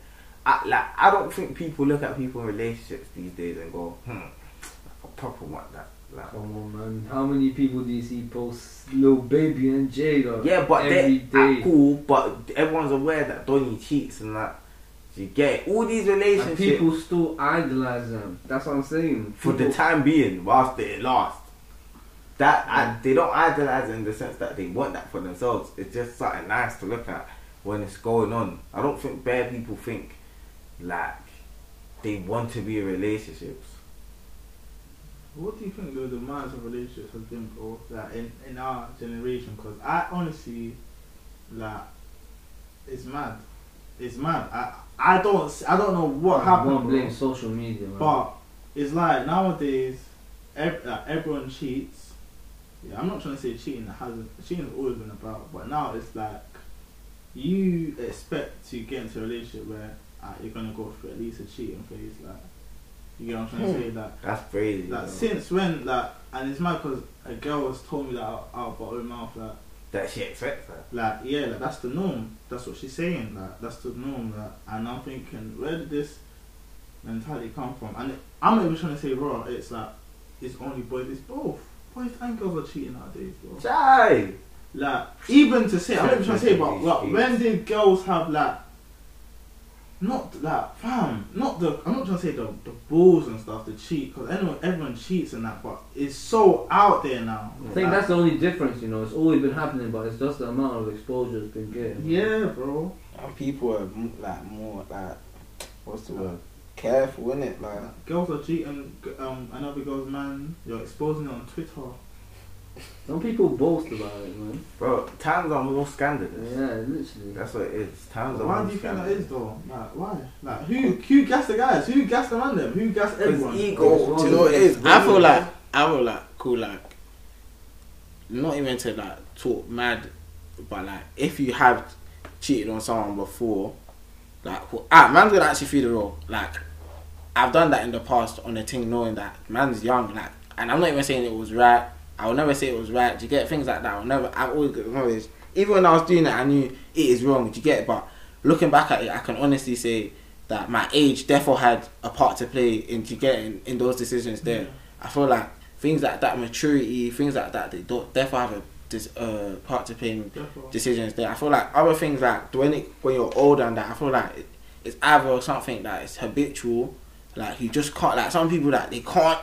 Speaker 3: I, like I don't think people look at people in relationships these days and go, hmm, I proper want that. Like,
Speaker 4: Come on, man. How many people do you see post little baby and Jada?
Speaker 3: yeah, but
Speaker 4: every
Speaker 3: they are
Speaker 4: day.
Speaker 3: cool. But everyone's aware that Donny cheats and that. You get it? all these
Speaker 4: And
Speaker 3: relationships.
Speaker 4: people still idolize them. That's what I'm saying.
Speaker 3: for the
Speaker 4: People-
Speaker 3: time being, whilst it lasts. That
Speaker 5: Mm.
Speaker 3: I, they don't idolize in the sense that they want that for themselves. It's just something nice to look at when it's going on. I don't think bare people think like they want to be in relationships.
Speaker 5: What do you think the demands of relationships has been, bro? Like in, in our generation, because I honestly, like, it's mad. It's mad. I I don't s- I don't know what happened,
Speaker 4: One
Speaker 5: bro.
Speaker 4: blame social media, man.
Speaker 5: but it's like nowadays, ev- like, everyone cheats. Yeah, I'm not trying to say cheating hasn't cheating's always been about, but now it's like you expect to get into a relationship where uh, you're gonna go through at least a cheating phase. Like, you get what I'm trying to say? Like.
Speaker 3: That's crazy.
Speaker 5: Like
Speaker 3: though.
Speaker 5: since when? Like, and it's mad because a girl has told me that out, out of her own mouth that,
Speaker 3: that she expects that.
Speaker 5: like, yeah, like that's the norm. That's what she's saying. Like, that's the norm. Like, and I'm thinking, where did this mentality come from? And it, I'm not even trying to say raw. It's like, it's only boys. It's both. Boys and girls are cheating nowadays, bro.
Speaker 3: Jai!
Speaker 5: Like, even to say, I'm not even trying to say, but like,
Speaker 3: Jeez.
Speaker 5: when did girls have like, not like, fam, not the, I'm not trying to say the, the balls and stuff, the cheat, because everyone, everyone cheats and that, but it's so out there now.
Speaker 4: I think
Speaker 5: Like,
Speaker 4: that's the only difference, you know. It's always been happening, but it's just the amount of exposure it's been getting.
Speaker 5: yeah, bro.
Speaker 6: And people are m- like more like what's the word? Careful, is it? Like
Speaker 5: Girls are cheating g- um, another girl's man, you're exposing it on Twitter.
Speaker 4: Some people boast about it, man.
Speaker 3: Bro, times are more scandalous.
Speaker 4: Yeah, literally.
Speaker 3: That's what it is. Times are
Speaker 5: why
Speaker 3: more
Speaker 5: do you think that
Speaker 3: scandalous.
Speaker 5: is, though? Like, why? Like, who, who gassed the guys? Who gassed the man them? Who gassed everyone?
Speaker 3: ego.
Speaker 6: Do you know what it is? I feel like I feel like cool like not even to like talk mad but like if you have cheated on someone before like well, ah, man's gonna actually feel the role. Like I've done that in the past on a thing knowing that man's young, like and I'm not even saying it was right. I will never say it was right. Do you get things like that? I'll never I've always acknowledged even when I was doing it I knew it is wrong, do you get it? But looking back at it I can honestly say that my age therefore had a part to play in do you get in, in those decisions there. I feel like things like that maturity, things like that they don't therefore have a dis, uh, part to play in
Speaker 5: Therefore.
Speaker 6: decisions there. I feel like other things like when it, when you're older and that, I feel like it, it's either something that is habitual, like you just can't. Like some people that they can't,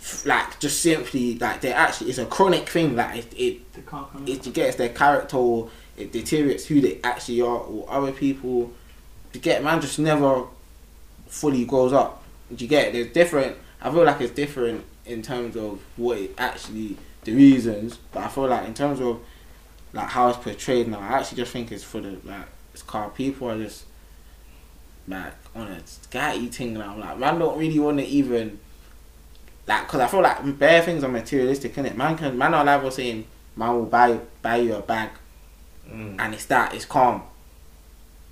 Speaker 6: f- like just simply like they actually it's a chronic thing. Like it, it
Speaker 5: They can't come in.
Speaker 6: it gets their character or it deteriorates who they actually are or other people. You get man just never fully grows up. You get there's different. I feel like it's different in terms of what it actually the reasons, but I feel like in terms of like how it's portrayed now, I actually just think it's for the like it's called people are just like on a scatty thing now. I'm like man don't really want to even like because I feel like bare things are materialistic, innit? Man can man are level saying man will buy buy you a bag
Speaker 3: Mm.
Speaker 6: and it's that it's calm.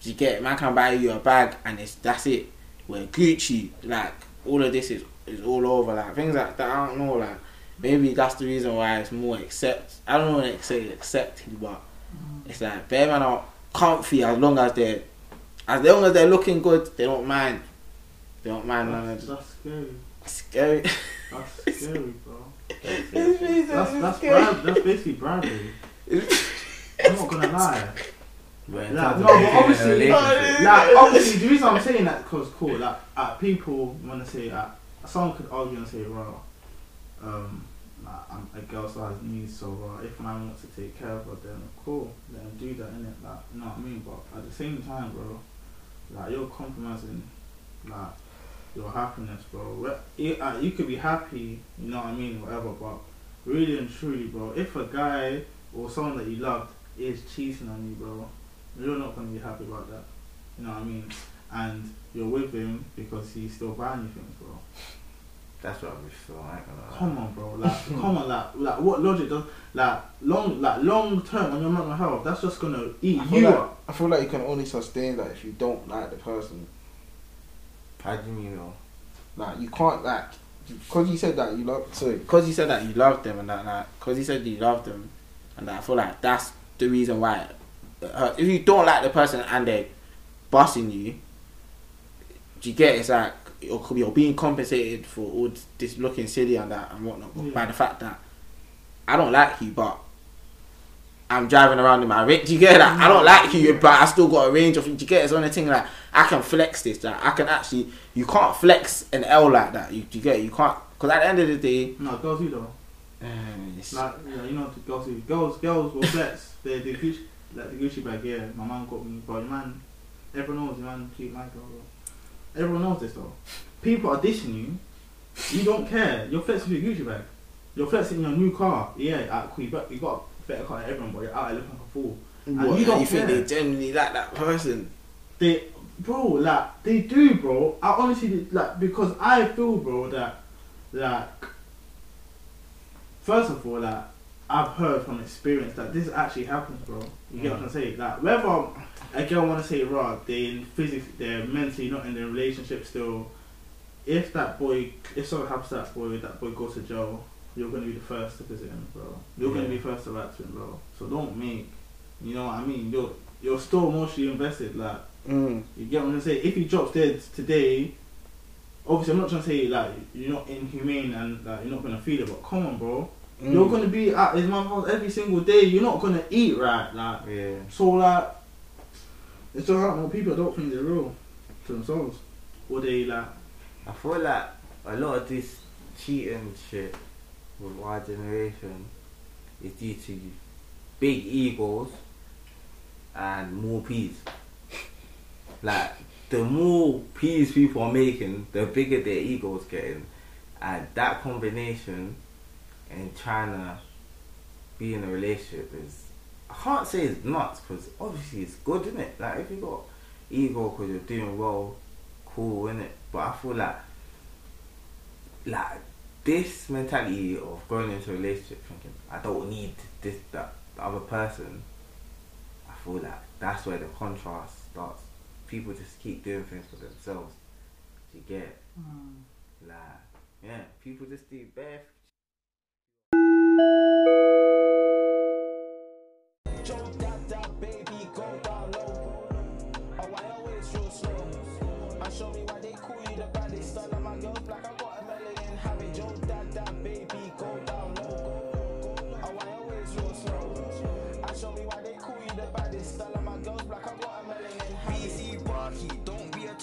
Speaker 6: You get man can buy you a bag and it's that's it. Where Gucci, like all of this is is all over, like things like that. I don't know, like maybe that's the reason why it's more accept. I don't want to say accepted, but it's like bare man are comfy as long as they're as long as they're looking good. They don't mind. They don't mind. Man,
Speaker 5: That's,
Speaker 6: it's
Speaker 5: that's scary.
Speaker 6: scary.
Speaker 5: That's scary, bro.
Speaker 6: [LAUGHS] It's really-
Speaker 5: [LAUGHS] That's that's
Speaker 6: scary.
Speaker 5: brib- that's basically bribery. I'm not gonna lie.
Speaker 3: But in
Speaker 5: Nah,
Speaker 3: terms of
Speaker 5: no, but
Speaker 3: being in a
Speaker 5: obviously-
Speaker 3: relationship,
Speaker 5: Like obviously the reason I'm saying that because cool, like uh, people wanna say uh, someone could argue and say, well, um, like, I'm a girl so has needs, so uh, if man wants to take care of her, then cool, let him do that, innit? Like, you know what I mean? But at the same time, bro, like you're compromising, like your happiness, bro. Re- You, uh, you could be happy, you know what I mean, whatever, but really and truly, bro, if a guy or someone that you loved is cheating on you, bro, you're not gonna be happy about that. You know what I mean? And you're with him because he's still buying you things, bro.
Speaker 3: that's what I wish for. I ain't gonna lie.
Speaker 5: Come on, bro.
Speaker 6: [LAUGHS]
Speaker 5: Like, come on, like, like what logic does like long, like long term on your mental health? That's just gonna eat
Speaker 6: I feel
Speaker 5: you
Speaker 6: like-
Speaker 5: up.
Speaker 6: I feel like you can only sustain that if you don't like the person.
Speaker 3: How do you mean though?
Speaker 6: Like you can't like because you said that you love sorry because you said that you loved them and that like because you said you loved them and that I feel like that's the reason why it hurts. if you don't like the person and they're busting you do you get it's like you're, you're being compensated for all this looking silly and that and whatnot
Speaker 5: Yeah.
Speaker 6: by the fact that I don't like you but I'm driving around in my range. Do you get that? I don't like you, but I still got a range of. Do you get it? It's the only thing like I can flex this. That I can actually. You can't flex an L like that. You, do you get it? You can't. Because at the end of the day,
Speaker 5: No, girls do though.
Speaker 6: eh, it's-
Speaker 5: Like, you know, you know what the girls do. Girls, girls will flex. They the Gucci, like the Gucci bag. Yeah, my man got me, but your man, everyone knows your man keep my girl. Bro. Everyone knows this though. People are dishing you. You don't care. You're flexing with your Gucci bag. You're flexing your new car. Yeah, at cool, you bet- you got a better car than everyone, but you're out here looking like a fool.
Speaker 6: what,
Speaker 5: you
Speaker 6: you
Speaker 5: don't
Speaker 6: think
Speaker 5: care.
Speaker 6: they genuinely like that person?
Speaker 5: They, bro, like they do, bro. I honestly like because I feel, bro, that like first of all, like I've heard from experience that this actually happens, bro. You get what I'm saying? Like whether a girl want to say, right, they physically, they're mentally not in the relationship still. If that boy, if something happens to that boy, that boy goes to jail. You're gonna be the first to visit him, bro. You're gonna be first to write to him, bro. So don't make, you know what I mean. You're you're still emotionally invested, like.
Speaker 6: Mm.
Speaker 5: You get what I'm saying? If he drops dead today, obviously I'm not trying to say like you're not inhumane and like, you're not gonna feel it, but come on, bro,
Speaker 6: mm.
Speaker 5: you're gonna be at his mum's house every single day. You're not gonna eat right, like
Speaker 3: Yeah.
Speaker 5: so like it's just like more people don't think they're real to themselves, or they like
Speaker 3: I feel like a lot of this cheating shit with our generation is due to big egos and more peas. Like the more peas people are making, the bigger their egos getting, and that combination and trying to be in a relationship is I can't say it's nuts because obviously it's good, isn't it? Like if you got ego because you're doing well, cool, innit? But I feel like, like this mentality of going into a relationship thinking I don't need this that the other person. I feel like that's where the contrast starts. People just keep doing things for themselves. You get like yeah, people just do bare
Speaker 1: Joe that that baby go down low. Oh, why always real slow? And show me why they call you the baddest. Son of my girls black, I got a melanin habit. Joe that that baby go down low. Oh, why always real slow? And show me why they call you the baddest. Son of my girls black, I got a melanin habit.
Speaker 2: BC Barkey, don't be a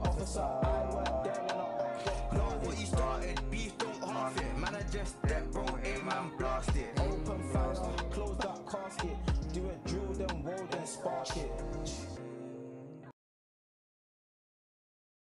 Speaker 1: what's up. I went there and I act like
Speaker 7: Know what you started, beef don't half it. Man, I just step, bro, aim and blast it.
Speaker 1: Open fast, close that casket. Do a drill, then roll, then spark it.